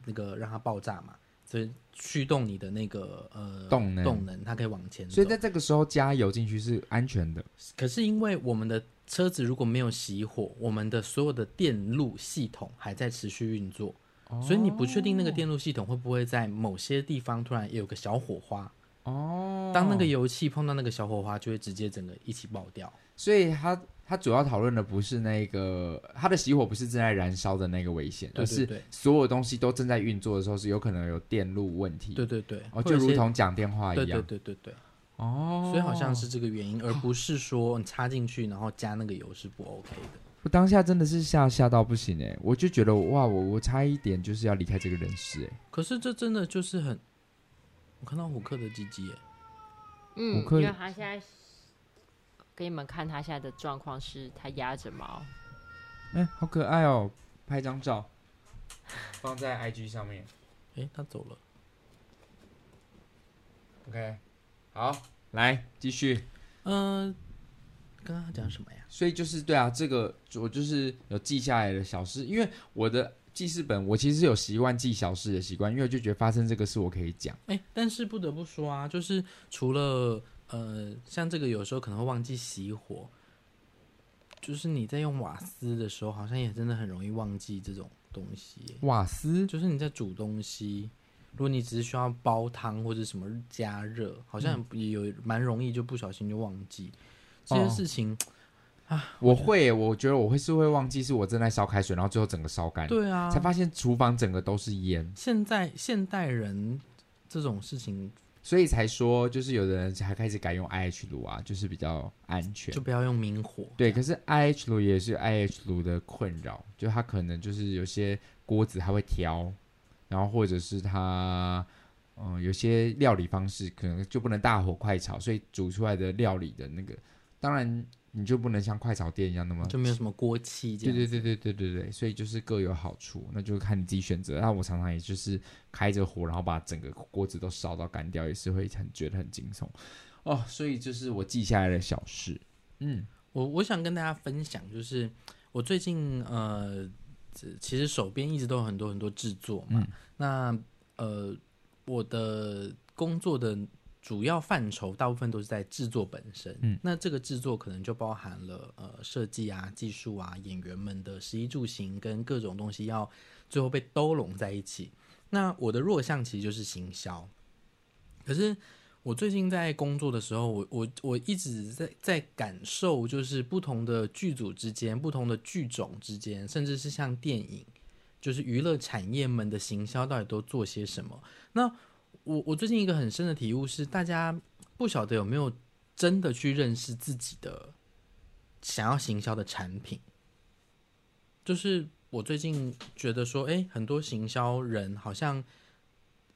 S1: 那个让它爆炸嘛，所以驱动你的那个呃
S2: 动能
S1: 动能，它可以往前走。
S2: 所以在这个时候加油进去是安全的。
S1: 可是因为我们的车子如果没有熄火，我们的所有的电路系统还在持续运作，所以你不确定那个电路系统会不会在某些地方突然有个小火花，
S2: 哦，
S1: 当那个油漆碰到那个小火花，就会直接整个一起爆掉。
S2: 所以他他主要讨论的不是那个他的熄火不是正在燃烧的那个危险，
S1: 对对
S2: 而
S1: 对
S2: 是所有东西都正在运作的时候是有可能有电路问题。
S1: 对对对，
S2: 哦，
S1: 或
S2: 就
S1: 者
S2: 如
S1: 是
S2: 同讲电话一
S1: 对
S2: 样。
S1: 对对对对，
S2: 哦，
S1: 所以好像是这个原因，而不是说你插进去然后加那个油是不 OK 的。
S2: 我当下真的是吓吓到不行哎、我就觉得哇，我我差一点就是要离开这个人世哎、
S1: 可是这真的就是很，我看到虎克的鸡鸡耶，
S4: 嗯，
S2: 我可
S4: 因
S2: 以
S4: 为他现在是给你们看他现在的状况是，他压着毛，
S2: 哎、好可爱哦、拍张照放在 IG 上面
S1: 诶，他走了。
S2: ，OK，好，来继续。
S1: 嗯，刚刚他讲什么呀？
S2: 所以就是对啊，这个我就是有记下来的小事，因为我的记事本我其实有习惯记小事的习惯，因为我就觉得发生这个事我可以讲。
S1: 哎，但是不得不说啊，就是除了呃，像这个有时候可能会忘记熄火，就是你在用瓦斯的时候，好像也真的很容易忘记这种东西耶。
S2: 瓦斯
S1: 就是你在煮东西，如果你只是需要煲汤或者什么加热，好像
S2: 嗯
S1: 也有蛮容易就不小心就忘记
S2: 哦
S1: 这些事情。
S2: 我会、我觉得我会是会忘记，是我正在烧开水，然后最后整个烧干，、
S1: 对啊
S2: 才，发现厨房整个都是烟，
S1: 现在现代人这种事情
S2: 所以才说就是有的人还开始改用 IH 炉啊，就是比较安全
S1: 就。不要用明火。
S2: 对，可是 IH 炉也是 IH 炉的困扰，就它可能就是有些锅子它会挑，然后或者是它嗯有些料理方式可能就不能大火快炒，所以煮出来的料理的那个，当然你就不能像快炒店一样那么
S1: 就没有什么锅气这
S2: 对
S1: 样。
S2: 对对对对对对，所以就是各有好处，那就看你自己选择。那我常常也就是开着火，然后把整个锅子都烧到干掉，也是会很觉得很惊悚哦。所以就是我记下来的小事，嗯，
S1: 我我想跟大家分享，就是我最近呃，这其实手边一直都有很多很多制作嘛。那呃，我的工作的主要范畴大部分都是在制作本身。
S2: 嗯，
S1: 那这个制作可能就包含了呃设计啊、技术啊、演员们的食衣住行跟各种东西要最后被兜拢在一起。那我的弱项其实就是行销，可是我最近在工作的时候，我我我一直在在感受，就是不同的剧组之间、不同的剧种之间，甚至是像电影，就是娱乐产业们的行销到底都做些什么。那我我最近一个很深的体悟是，大家不晓得有没有真的去认识自己的想要行销的产品，就是我最近觉得说，诶，很多行销人好像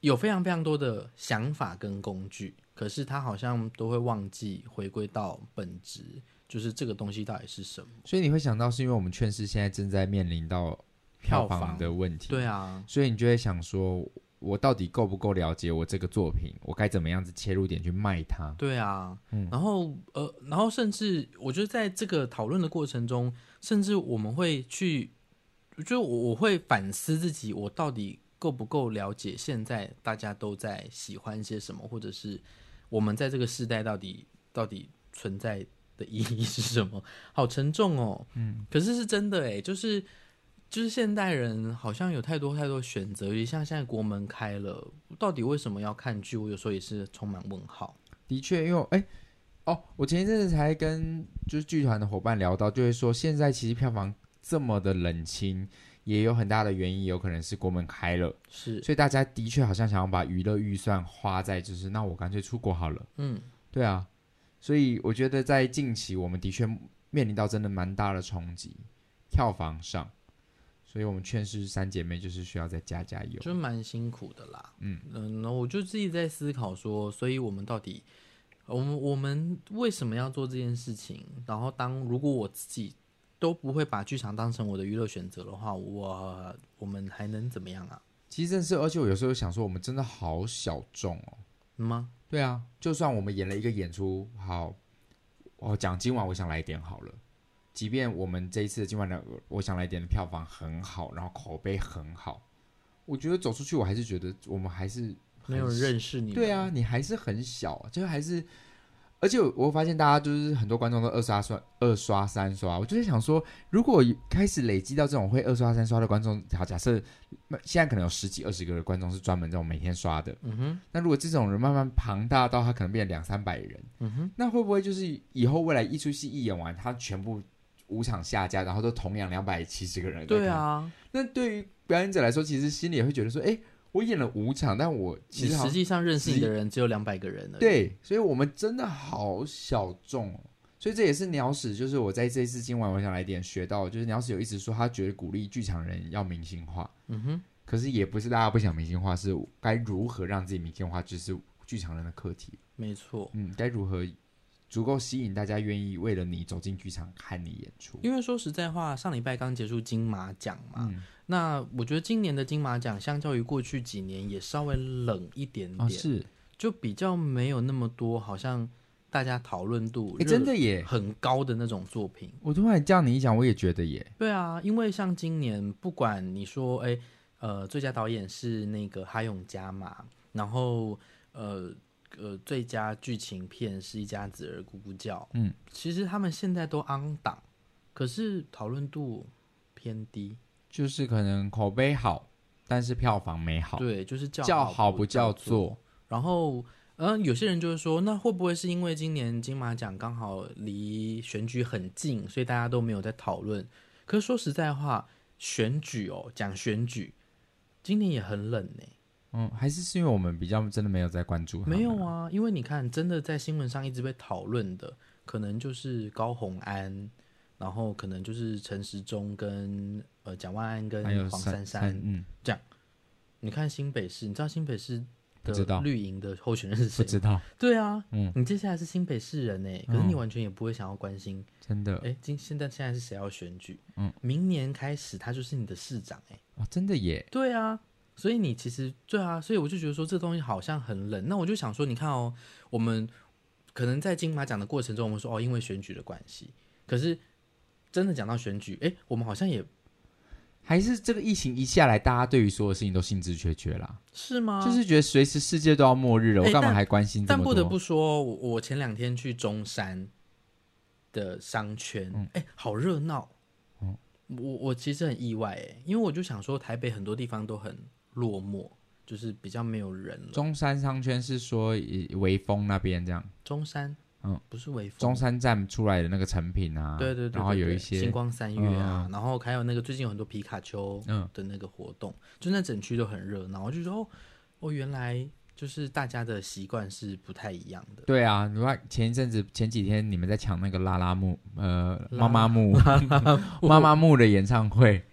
S1: 有非常非常多的想法跟工具，可是他好像都会忘记回归到本质，就是这个东西到底是什么。
S2: 所以你会想到是因为我们劝世现在正在面临到票房的问题，
S1: 对，啊，
S2: 所以你就会想说，我到底够不够了解我这个作品？我该怎么样子切入点去卖它？
S1: 对啊，然后呃，然后甚至我觉得在这个讨论的过程中，甚至我们会去，就我我会反思自己，我到底够不够了解现在大家都在喜欢些什么，或者是我们在这个时代到底到底存在的意义是什么？好沉重哦，嗯，可是是真的诶，就是。就是现代人好像有太多太多选择，尤其像现在国门开了，到底为什么要看剧？我有时候也是充满问号。
S2: 的确，因为我哎、哦，我前一阵子才跟就是剧团的伙伴聊到，就会说现在其实票房这么的冷清，也有很大的原因，有可能是国门开了，
S1: 是，
S2: 所以大家的确好像想要把娱乐预算花在就是那我干脆出国好了，
S1: 嗯，
S2: 对啊，所以我觉得在近期我们的确面临到真的蛮大的冲击，票房上，所以我们劝世三姐妹就是需要再加加油，
S1: 就蛮辛苦的啦。
S2: 嗯
S1: 嗯，那我就自己在思考说，所以我们到底，我们我们为什么要做这件事情？然后当如果我自己都不会把剧场当成我的娱乐选择的话，我我们还能怎么样啊？
S2: 其实真是，而且我有时候想说我们真的好小众哦。
S1: 吗？
S2: 对啊，就算我们演了一个演出，好，我讲今晚我想来点好了。即便我们这一次的今晚的我想来点的票房很好，然后口碑很好，我觉得走出去我还是觉得我们还是很啊
S1: 没有人认识你，
S2: 对啊，，你还是很小，就还是而且我发现大家就是很多观众都二刷刷二刷三刷，我就在想说，如果开始累积到这种会二刷三刷的观众，好，假设现在可能有十几二十个观众是专门这种每天刷的，
S1: 嗯哼，
S2: 那如果这种人慢慢庞大到他可能变两三百人，
S1: 嗯哼，
S2: 那会不会就是以后未来一出戏一演完，他全部五场下架，然后都同样两百七十个人？
S1: 对，啊，
S2: 那对于表演者来说，其实心里也会觉得说，哎，我演了五场，但我其
S1: 你
S2: 实好
S1: 实
S2: 像
S1: 际上认识你的人只有两百个人而已。，
S2: 对，所以我们真的好小众哦。所以这也是鸟屎，就是我在这一次今晚我想来点学到的，就是鸟屎有一直说他觉得鼓励剧场人要明星化，
S1: 嗯哼，
S2: 可是也不是大家不想明星化，是该如何让自己明星化，就是剧场人的课题。
S1: 没错。
S2: 嗯，该如何足够吸引大家愿意为了你走进剧场看你演出？
S1: 因为说实在话，上礼拜刚结束金马奖嘛，
S2: 嗯
S1: 那我觉得今年的金马奖相较于过去几年也稍微冷一点点，
S2: 啊，是
S1: 就比较没有那么多好像大家讨论度
S2: 哎，真的耶
S1: 热！很高的那种作品。
S2: 我突然这样你一讲，我也觉得耶。
S1: 对啊，因为像今年，不管你说，哎，呃，最佳导演是那个哈永嘉嘛，然后呃呃，最佳剧情片是一家子儿咕咕叫，
S2: 嗯，
S1: 其实他们现在都昂档，可是讨论度偏低，
S2: 就是可能口碑好，但是票房没好，
S1: 对，就是叫
S2: 叫
S1: 好
S2: 好不叫
S1: 座。
S2: 座。
S1: 然后，呃，有些人就会说，那会不会是因为今年金马奖刚好离选举很近，所以大家都没有在讨论？可是说实在话，选举哦，讲选举，今年也很冷呢、
S2: 嗯，还是是因为我们比较真的没有在关注他们，
S1: 没有啊，因为你看，真的在新闻上一直被讨论的，可能就是高虹安，然后可能就是陈时中跟呃蒋万安
S2: 还有
S1: 跟黄珊
S2: 珊，
S1: 珊。
S2: 嗯，
S1: 你看新北市，你知道新北市
S2: 不知
S1: 的
S2: 道
S1: 绿营的候选人是谁
S2: 不
S1: 吗
S2: 知道，
S1: 对啊，
S2: 嗯
S1: 你接下来是新北市人欸呢，可是你
S2: 嗯
S1: 完全也不会想要关心，
S2: 真的
S1: 哎、今现在现在是谁要选举？
S2: 嗯，
S1: 明年开始他就是你的市长哎。
S2: 哦，真的耶，
S1: 对啊，所以你其实对啊，所以我就觉得说这东西好像很冷。那我就想说，你看哦，我们可能在金马奖的过程中，我们说哦，因为选举的关系，可是真的讲到选举，哎、我们好像也
S2: 还是这个疫情一下来，大家对于所有事情都兴致缺缺啦，
S1: 是吗？
S2: 就是觉得随时世界都要末日了，
S1: 啊哎
S2: 我干嘛
S1: 但
S2: 还关心这
S1: 但
S2: 么
S1: 不
S2: 多？
S1: 得不说，我我前两天去中山的商圈，
S2: 嗯
S1: 哎、好热闹。我我其实很意外哎，因为我就想说，台北很多地方都很落寞，就是比较没有人了。
S2: 中山商圈是说以微风那边这样，
S1: 中山，
S2: 嗯，
S1: 不是微风，
S2: 中山站出来的那个成品啊，
S1: 对对对对
S2: 然后有
S1: 对
S2: 一些
S1: 星光三月啊，然后还有那个最近有很多皮卡丘
S2: 嗯
S1: 的那个活动，就那整区都很热闹。我就说哦，哦，原来就是大家的习惯是不太一样的。
S2: 对啊，你看前一阵子前几天你们在抢那个拉拉木，呃，
S1: 拉
S2: 妈妈木， 妈妈木的演唱会，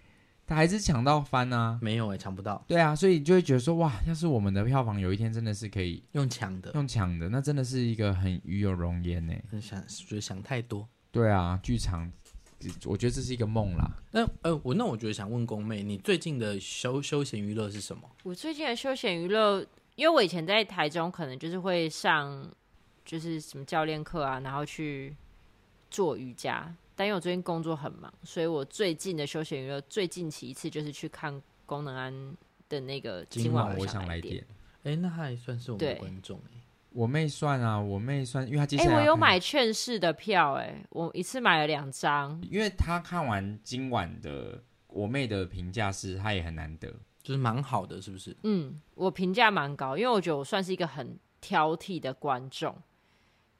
S2: 他还是抢到翻啊。
S1: 没有哎，抢不到，
S2: 对啊，所以就会觉得说，哇，要是我们的票房有一天真的是可以
S1: 用抢的，
S2: 用抢的，那真的是一个很与有容焉呢。
S1: 很想觉得想太多。
S2: 对啊，剧场，我觉得这是一个梦啦。
S1: 那呃，我那我觉得想问宫妹，你最近的休休闲娱乐是什么？
S4: 我最近的休闲娱乐，因为我以前在台中，可能就是会上就是什么教练课啊，然后去做瑜伽。但因为我最近工作很忙，所以我最近的休闲娱乐，最近期一次就是去看功能安的那个
S1: 今
S4: 今晚
S1: 晚
S2: 我
S4: 想
S2: 想来
S4: 点。
S2: 点，
S1: 哎，那还算是我们的
S4: 对
S1: 观众哎。
S2: 我妹算啊，我妹算，因为她接
S4: 哎、
S2: 下来要
S4: 我有
S2: 看
S4: 买劝世的票、哎，我一次买了两张，
S2: 因为她看完今晚的我妹的评价是，她也很难得。
S1: 就是蛮好的，是不是？
S4: 嗯，我评价蛮高，因为我觉得我算是一个很挑剔的观众，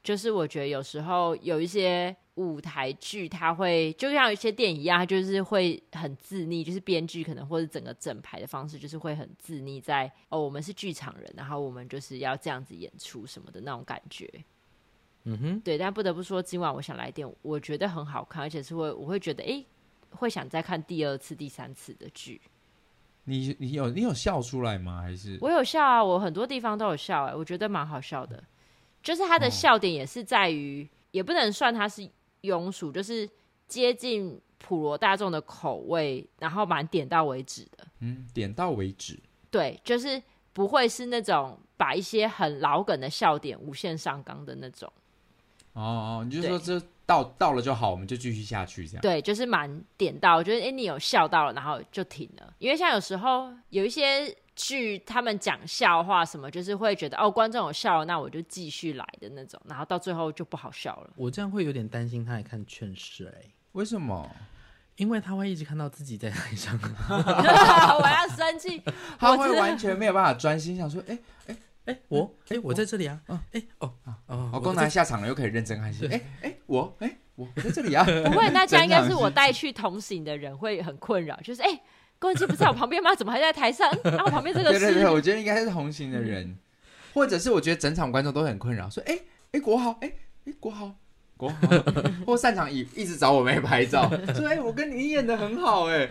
S4: 就是我觉得有时候有一些舞台剧，它会就像一些电影一样，它就是会很自溺，就是编剧可能或者整个整排的方式，就是会很自溺在哦，我们是剧场人，然后我们就是要这样子演出什么的那种感觉。
S1: 嗯哼，
S4: 对，但不得不说，今晚我想来点，我觉得很好看，而且是会我会觉得诶，会想再看第二次、第三次的剧。
S2: 你你有你有笑出来吗？还是
S4: 我有笑啊，我很多地方都有笑哎、我觉得蛮好笑的。就是他的笑点也是在于，也不能算他是庸俗，就是接近普罗大众的口味，然后蛮点到为止的。
S2: 嗯，点到为止。
S4: 对，就是不会是那种把一些很老梗的笑点无限上纲的那种。
S2: 哦哦，你就说这到到了就好，我们就继续下去这样。
S4: 对，就是蛮点到，就是哎、诶你有笑到了，然后就停了。因为像有时候有一些剧他们讲笑话什么，就是会觉得哦，观众有笑了，那我就继续来的那种，然后到最后就不好笑了。
S1: 我这样会有点担心他来看劝世哎、
S2: 为什么？
S1: 因为他会一直看到自己在台上。啊
S4: 我要生气，
S2: 他
S4: 我
S2: 会
S4: 知道
S2: 完全没有办法专心， 想说，哎、
S1: 哎、我哎、我在这里啊！哎、哦哦，
S2: 我
S1: 我
S2: 公
S1: 在
S2: 男下 场了，又可以认真看戏。哎哎、我哎、我在这里啊！
S4: 不会，那这样应该是 我
S2: 带。
S4: 带去同行的人会很困扰，就是哎，郭文基不在我旁边吗？怎么还在台上？嗯然后旁边这个嗯
S2: 对对对，
S4: 是
S2: 我觉得应该是同行的人，或者是我觉得整场观众都很困扰，说哎哎国豪，哎哎国豪。国豪， 或擅长以一直找我妹拍照，说哎、我跟你演的很好哎、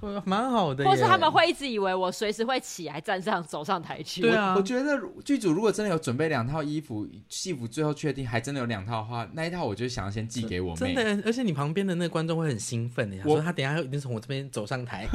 S1: 呃蛮好的耶，
S4: 或是他们会一直以为我随时会起来站上走上台去。
S1: 对啊
S2: 我，觉得剧组如果真的有准备两套衣服，戏服最后确定还真的有两套的话，那一套我就想要先寄给我
S1: 真
S2: 妹。
S1: 的，而且你旁边的那个观众会很兴奋的，想
S2: 我
S1: 说他等一下一定从我这边走上 台，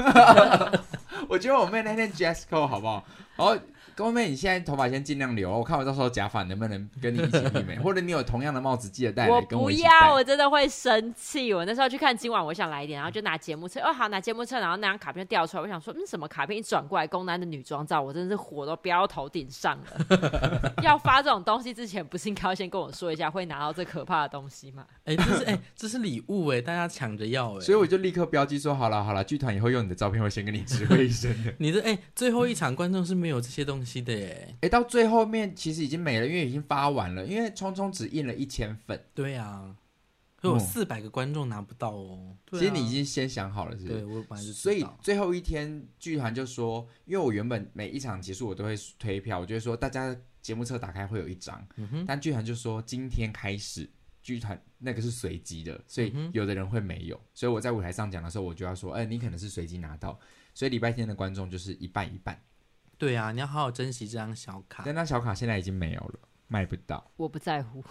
S2: 我觉得我妹那天 Jessica 好不好？然后跟我妹，你现在头发先尽量留，我看我到时候假发能不能跟你一起 媲美，或者你有同样的帽子记得戴
S4: 我
S2: 来跟
S4: 不
S2: 一起戴
S4: 要，。我真的会生气。我那时候去看今晚，我想来一点，然后就拿节目册，哦好，拿节目册，然后那张卡片就掉出来，我想说，嗯，什么卡片？一转过来，宫南的女装照，我真的是火都飙到头顶上了。 要发这种东西之前，不是应该要先跟我说一下会拿到这可怕的东西吗？
S1: 哎、这是哎、这是礼物哎，大家抢着要哎，
S2: 所以我就立刻标记说，好了好了，剧团以后用你的照片会先跟你知会一声 的。
S1: 你的哎、最后一场观众是没有这些东西的哎，
S2: 哎、到最后面其实已经没了，因为已经发完了，因为冲冲只印了一千份，
S1: 对啊，可有
S2: 嗯
S1: 四百个观众拿不到哦，对啊
S2: 其实你已经先想好了，是不
S1: 对
S2: 是？
S1: 我本来就知道
S2: 所以最后一天剧团就说，因为我原本每一场结束我都会推票，我就会说大家节目册打开会有一张，
S1: 嗯哼
S2: 但剧团就说今天开始。剧团那个是随机的，所以
S1: 嗯哼
S2: 有的人会没有，所以我在舞台上讲的时候，我就要说，哎、你可能是随机拿到，所以礼拜天的观众就是一半一半，
S1: 对啊，你要好好珍惜这张小卡，
S2: 但那小卡现在已经没有了，卖不到。
S4: 我不在乎，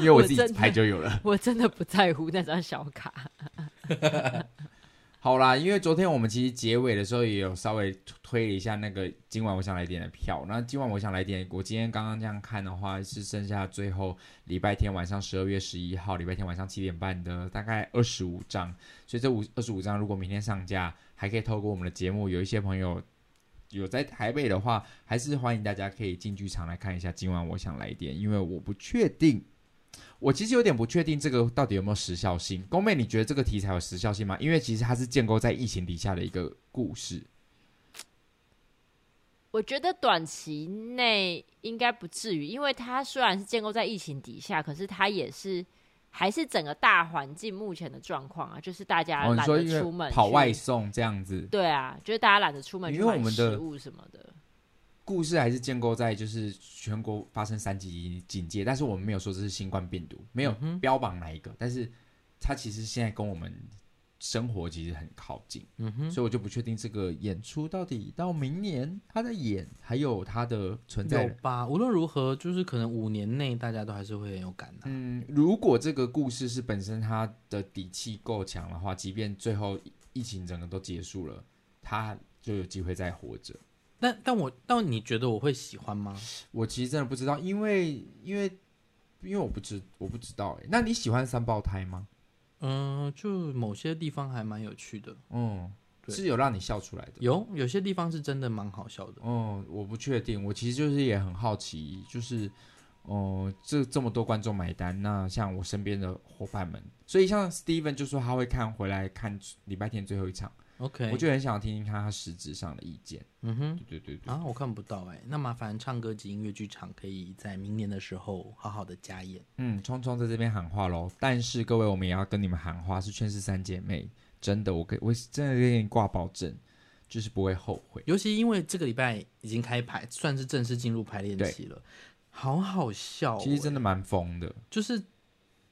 S2: 因为我
S4: 我
S2: 自
S4: 真
S2: 己
S4: 的
S2: 拍就有了。
S4: 我真的不在乎那张小卡。
S2: 好啦，因为昨天我们其实结尾的时候也有稍微推了一下那个今晚我想来点的票。那今晚我想来点，我今天刚刚这样看的话，是剩下最后礼拜天晚上十二月十一号，礼拜天晚上七点半的大概二十五张。所以这五二十五张如果明天上架，还可以透过我们的节目，有一些朋友。有在台北的话，还是欢迎大家可以进剧场来看一下。今晚我想来点，因为我不确定我其实有点不确定这个到底有没有时效性。宫妹，你觉得这个题材有时效性吗？因为其实它是建构在疫情底下的一个故事。
S4: 我觉得短期内应该不至于，因为它虽然是建构在疫情底下，可是它也是还是整个大环境目前的状况啊，就是大家
S2: 哦，你
S4: 懒
S2: 说
S4: 得
S2: 因
S4: 出门
S2: 为
S4: 去、
S2: 跑外送这样子，
S4: 对啊，就是大家懒得出门去
S2: 因为我
S4: 买
S2: 们的
S4: 食物什么的。
S2: 故事还是建构在就是全国发生三级警戒，但是我们没有说这是新冠病毒，没有
S1: 嗯哼
S2: 标榜哪一个，但是它其实现在跟我们生活其实很靠近。
S1: 嗯哼，
S2: 所以我就不确定这个演出到底到明年他在演，还有它的存在
S1: 有吧？无论如何，就是可能五年内大家都还是会很有感啊的、
S2: 嗯，如果这个故事是本身它的底气够强的话，即便最后疫情整个都结束了，它就有机会再活着。
S1: 但但我但你觉得我会喜欢吗？
S2: 我其实真的不知道，因为因为因为我不知我不知道哎、那你喜欢三胞胎吗？
S1: 嗯、就某些地方还蛮有趣的，
S2: 嗯，
S1: 对
S2: 是有让你笑出来的。
S1: 有有些地方是真的蛮好笑的。
S2: 嗯，我不确定，我其实就是也很好奇，就是，嗯，这这么多观众买单，那像我身边的伙伴们，所以像 Steven 就说他会看回来看礼拜天最后一场。
S1: OK，
S2: 我就很想要听听看他实质上的意见。
S1: 嗯哼
S2: 对对对对，
S1: 啊，我看不到哎、那麻烦唱歌及音乐剧场可以在明年的时候好好的加演。
S2: 嗯，聪聪在这边喊话喽。但是各位，我们也要跟你们喊话，是劝世三姐妹，真的，我跟我真的给你挂保证，就是不会后悔。
S1: 尤其因为这个礼拜已经开排，算是正式进入排练期了，好好笑、
S2: 其实真
S1: 的
S2: 的蛮疯的，
S1: 就是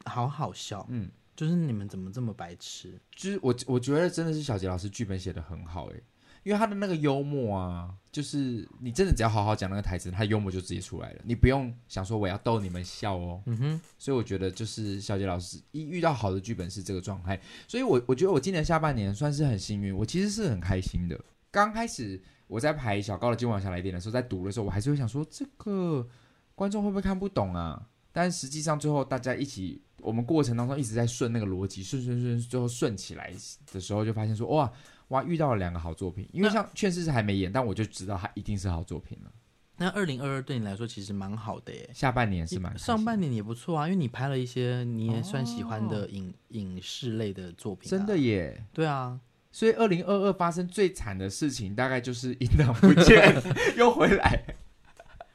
S1: 好好笑，
S2: 嗯，
S1: 就是你们怎么这么白痴？
S2: 就是我我觉得真的是小杰老师剧本写的很好诶、因为他的那个幽默啊，就是你真的只要好好讲那个台词，他幽默就直接出来了，你不用想说我要逗你们笑哦。
S1: 嗯哼，
S2: 所以我觉得就是小杰老师一遇到好的剧本是这个状态，所以我我觉得我今年下半年算是很幸运，我其实是很开心的。刚开始我在排小高的今晚想来电的时候，在读的时候，我还是会想说这个观众会不会看不懂啊？但实际上最后大家一起，我们过程当中一直在顺那个逻辑，顺顺顺，最后顺起来的时候就发现说哇，哇，遇到了两个好作品，因为
S1: 那
S2: 像《劝世》是还没演，但我就知道它一定是好作品了。
S1: 那二零二二对你来说其实蛮好的耶，
S2: 下半年是蛮开心
S1: 上半年也不错啊，因为你拍了一些你也算喜欢的影、影视类的作品、
S2: 哦
S1: 啊
S2: 真的，耶，
S1: 对啊，
S2: 所以二零二二发生最惨的事情，大概就是音档不见 又回来。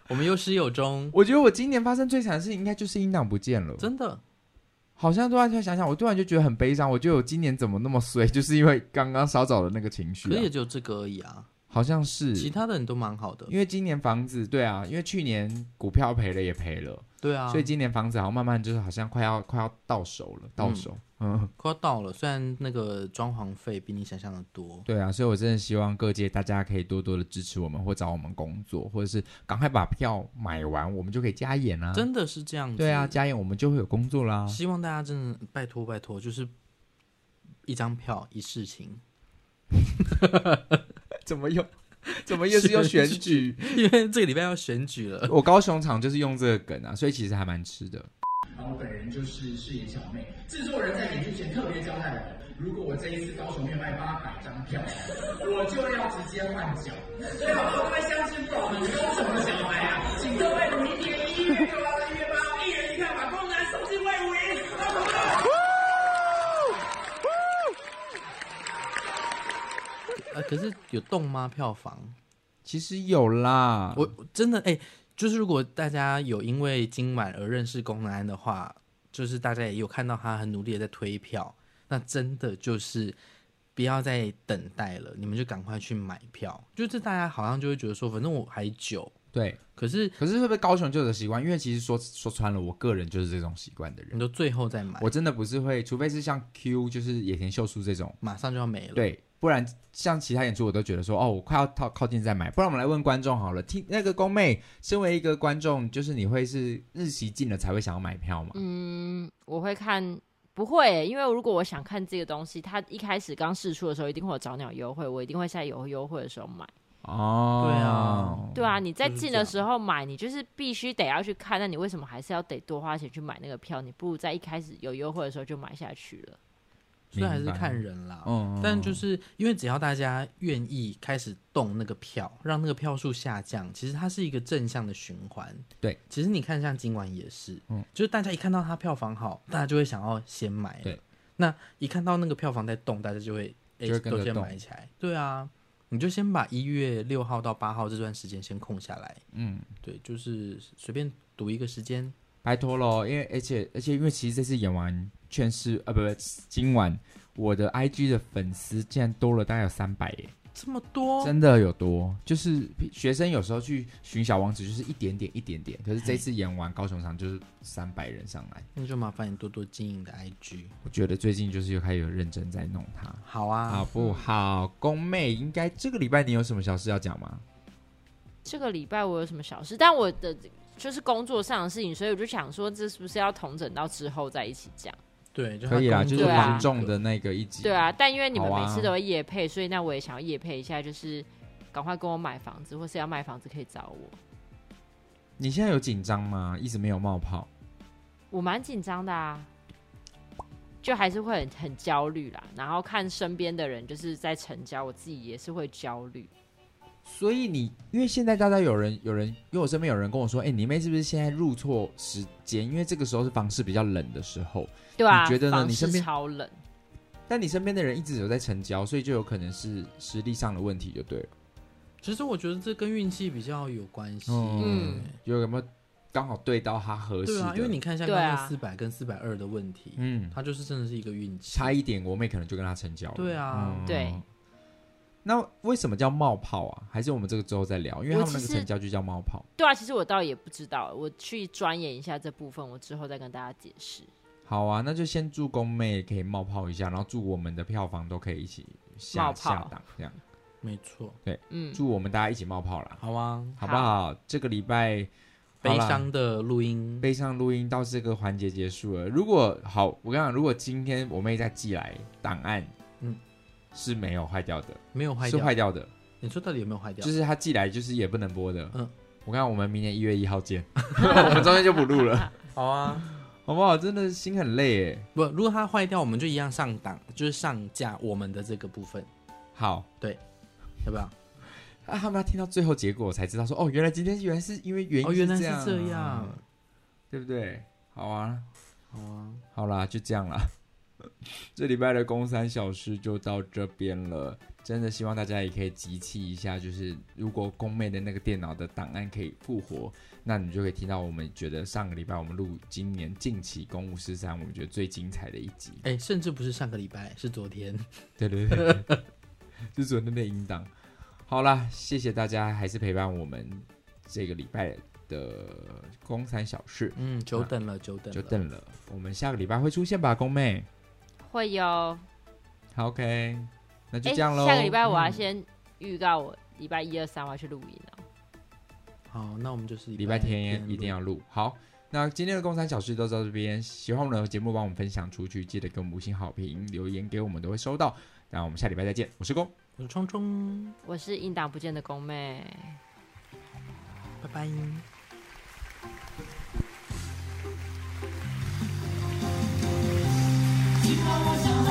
S1: 我们有始有终，
S2: 我觉得我今年发生最惨的事情，应该就是音档不见了。
S1: 真的，
S2: 好像突然就想想，我突然就觉得很悲伤。我觉得我今年怎么那么衰，就是因为刚刚稍早的那个情绪、
S1: 可是也
S2: 啊，
S1: 就这个而已啊，
S2: 好像是。
S1: 其他的你都蛮好的，
S2: 因为今年房子，对啊，因为去年股票赔了也赔了，
S1: 对啊，
S2: 所以今年房子好像慢慢就是好像快要快要到手了，到手。嗯，
S1: 快要到了，虽然那个装潢费比你想象的多，
S2: 对啊，所以我真的希望各界大家可以多多的支持我们，或找我们工作，或者是赶快把票买完，我们就可以加演啊。
S1: 真的是这样子，
S2: 对啊，加演我们就会有工作啦。
S1: 希望大家真的拜托拜托，就是一张票一事情，
S2: 怎么又怎么又是用选举？
S1: 因为这个礼拜要选举了，
S2: 我高雄场就是用这个梗啊，所以其实还蛮吃的。
S3: 然后本人就是饰演小妹。制作人在演出前特别交代我，如果我这一次高雄要卖八百张票，我就要直接换角。所以好不好？各位乡亲父老们，高雄的小孩啊，请各位明年一月六号到一月八号，一人一票把功能送进魏武营。
S1: 呃，可是有动吗？票房？
S2: 其实有啦，
S1: 我我真的哎、就是如果大家有因为今晚而认识龚南安的话，就是大家也有看到他很努力的在推票，那真的就是不要再等待了，你们就赶快去买票。就是大家好像就会觉得说，反正我还久，
S2: 对，
S1: 可是
S2: 可是会不会高雄就有的习惯？因为其实说说穿了，我个人就是这种习惯的
S1: 你
S2: 人，
S1: 都最后再买，
S2: 我真的不是会，除非是像 Q 就是野田秀树这种，
S1: 马上就要没了。，
S2: 对，不然像其他演出我都觉得说，哦，我快要靠靠近再买。不然我们来问观众好了，听那个宫妹，身为一个观众，就是你会是日期近了才会想要买票吗？
S4: 嗯，我会看，不会欸、因为如果我想看这个东西，它一开始刚试出的时候一定会有早鸟优惠，我一定会在有优惠的时候买。
S2: 哦，
S1: 对啊，
S4: 对啊，你在
S1: 就是
S4: 进
S1: 这
S4: 的
S1: 样
S4: 时候买，你就是必须得要去看，那你为什么还是要得多花钱去买那个票？你不如在一开始有优惠的时候就买下去了。
S1: 所以还是
S2: 明白
S1: 看人啦。
S2: 嗯，
S1: 但就是因为只要大家愿意开始动那个票，让那个票数下降，其实它是一个正向的循环。
S2: 对，
S1: 其实你看像今晚也是，
S2: 嗯
S1: 就是大家一看到它票房好，大家就会想要先买了。
S2: 对，
S1: 那一看到那个票房在动，大家就会哎、
S2: 就会跟着
S1: 都先
S2: 动
S1: 买起来。对啊，你就先把一月六号到八号这段时间先空下来。
S2: 嗯，
S1: 对，就是随便读一个时间，
S2: 拜托喽，因为而且而且因为其实这次演完劝世啊，不不，今晚我的 IG 的粉丝竟然多了大概有三百耶，
S1: 这么
S4: 哦
S1: 多，
S2: 真的有多，就是学生有时候去寻小王子就是一点点一点点，可是这次演完高雄场就是三百人上来，
S1: 那就麻烦你多多经营你的 IG。
S2: 我觉得最近就是又开始有认真在弄它，
S1: 好啊，
S2: 好不好？宫妹，应该这个礼拜你有什么小事要讲吗？
S4: 这个礼拜我有什么小事？但我的就是工作上的事情，所以我就想说，这是不是要同整到之后再一起讲？
S1: 对，就
S2: 可以啦，就是
S4: 对啊
S2: 防重的那个一集，
S4: 对啊，，但因为你们
S2: 好啊
S4: 每次都会夜配，所以那我也想要夜配一下，就是赶快跟我买房子，或是要卖房子可以找我。
S2: 你现在有紧张吗？一直没有冒泡。
S4: 我蛮紧张的啊，就还是会很很焦虑啦。然后看身边的人就是在成交，我自己也是会焦虑。
S2: 所以你，因为现在大家有人有人，因为我身边有人跟我说，哎、你妹是不是现在入错时间？因为这个时候是房市比较冷的时候，
S4: 对啊，
S2: 你觉得呢
S4: 房
S2: 你
S4: 市
S2: 身边
S4: 超冷，
S2: 但你身边的人一直有在成交，所以就有可能是实力上的问题，就对了。
S1: 其实我觉得这跟运气比较有关系。
S4: 嗯
S2: 就有没有刚好对到他合适
S1: 对
S2: 哦的？
S1: 啊，因为你看像
S4: 对
S1: 刚
S4: 啊
S1: 刚四百跟四百二的问题，
S2: 嗯，
S1: 它就是真的是一个运气。
S2: 差一点，我妹可能就跟他成交了。嗯
S1: 对啊
S4: 对。
S2: 那为什么叫冒泡啊？还是我们这个之后再聊，啊因为他们那
S4: 我
S2: 个
S4: 其实
S2: 成交就叫冒泡。
S4: 对啊，其实我倒也不知道，我去钻研一下这部分，我之后再跟大家解释。
S2: 好啊，那就先祝宫妹可以冒泡一下，然后祝我们的票房都可以一起下
S4: 冒泡
S2: 下档，这样
S1: 没错，
S4: 嗯，
S2: 祝我们大家一起冒泡啦，
S1: 好啊，
S2: 好不好？这个礼拜
S1: 悲。
S2: 好啦
S1: 伤的录音，
S2: 悲伤录音到这个环节结束了。如果好，我跟你讲，如果今天我妹再寄来档案，嗯
S1: 嗯，
S2: 是没有坏掉的，
S1: 没有坏
S2: 是
S1: 掉。
S2: 坏掉的，
S1: 你说到底有没有坏掉？
S2: 就是他寄来就是也不能播的。嗯
S1: 嗯，
S2: 我看我们明年一月一 号见，我们中间就不录了，
S1: 好啊，
S2: 好不好？真的心很累哎。
S1: 不，如果它坏掉，我们就一样上档，就是上架我们的这个部分。
S2: 好，
S1: 要不要？
S2: 啊，他们要听到最后结果我才知道说，哦，原来今天原来是因为原因
S1: 哦，原来是
S2: 样，啊
S1: 这样，
S2: 对不对？好啊，
S1: 好啊，
S2: 好啦，就这样啦。 这礼拜的公三小事就到这边了，真的希望大家也可以集气一下，就是如果公妹的那个电脑的档案可以复活，那你就可以听到我们觉得上个礼拜我们录今年近期公务十三，我们觉得最精彩的一集。
S1: 哎、甚至不是上个礼拜，是昨天。
S2: 对对对， 对就昨天的音档。好啦，谢谢大家，还是陪伴我们这个礼拜的公三小事，
S1: 嗯，久等了，久等了，
S2: 就等了。我们下个礼拜会出现吧，公妹。
S4: 会有。
S2: 好，OK，那就
S4: 哎，
S2: 这样喽。嗯
S4: 下个礼拜我要先预告我礼拜一二三我要去录音了。
S1: 好，那我们就是
S2: 礼拜天
S1: 天
S2: 一定要录。好，那今天的共三小事都到这边。喜欢我们的节目，帮我们分享出去，记得给我们五星好评，留言给我们都会收到。那我们下礼拜再见，我是公，
S1: 我是冲冲，
S4: 我是应当不见的宫妹。
S1: 拜拜。
S5: 今晚我想到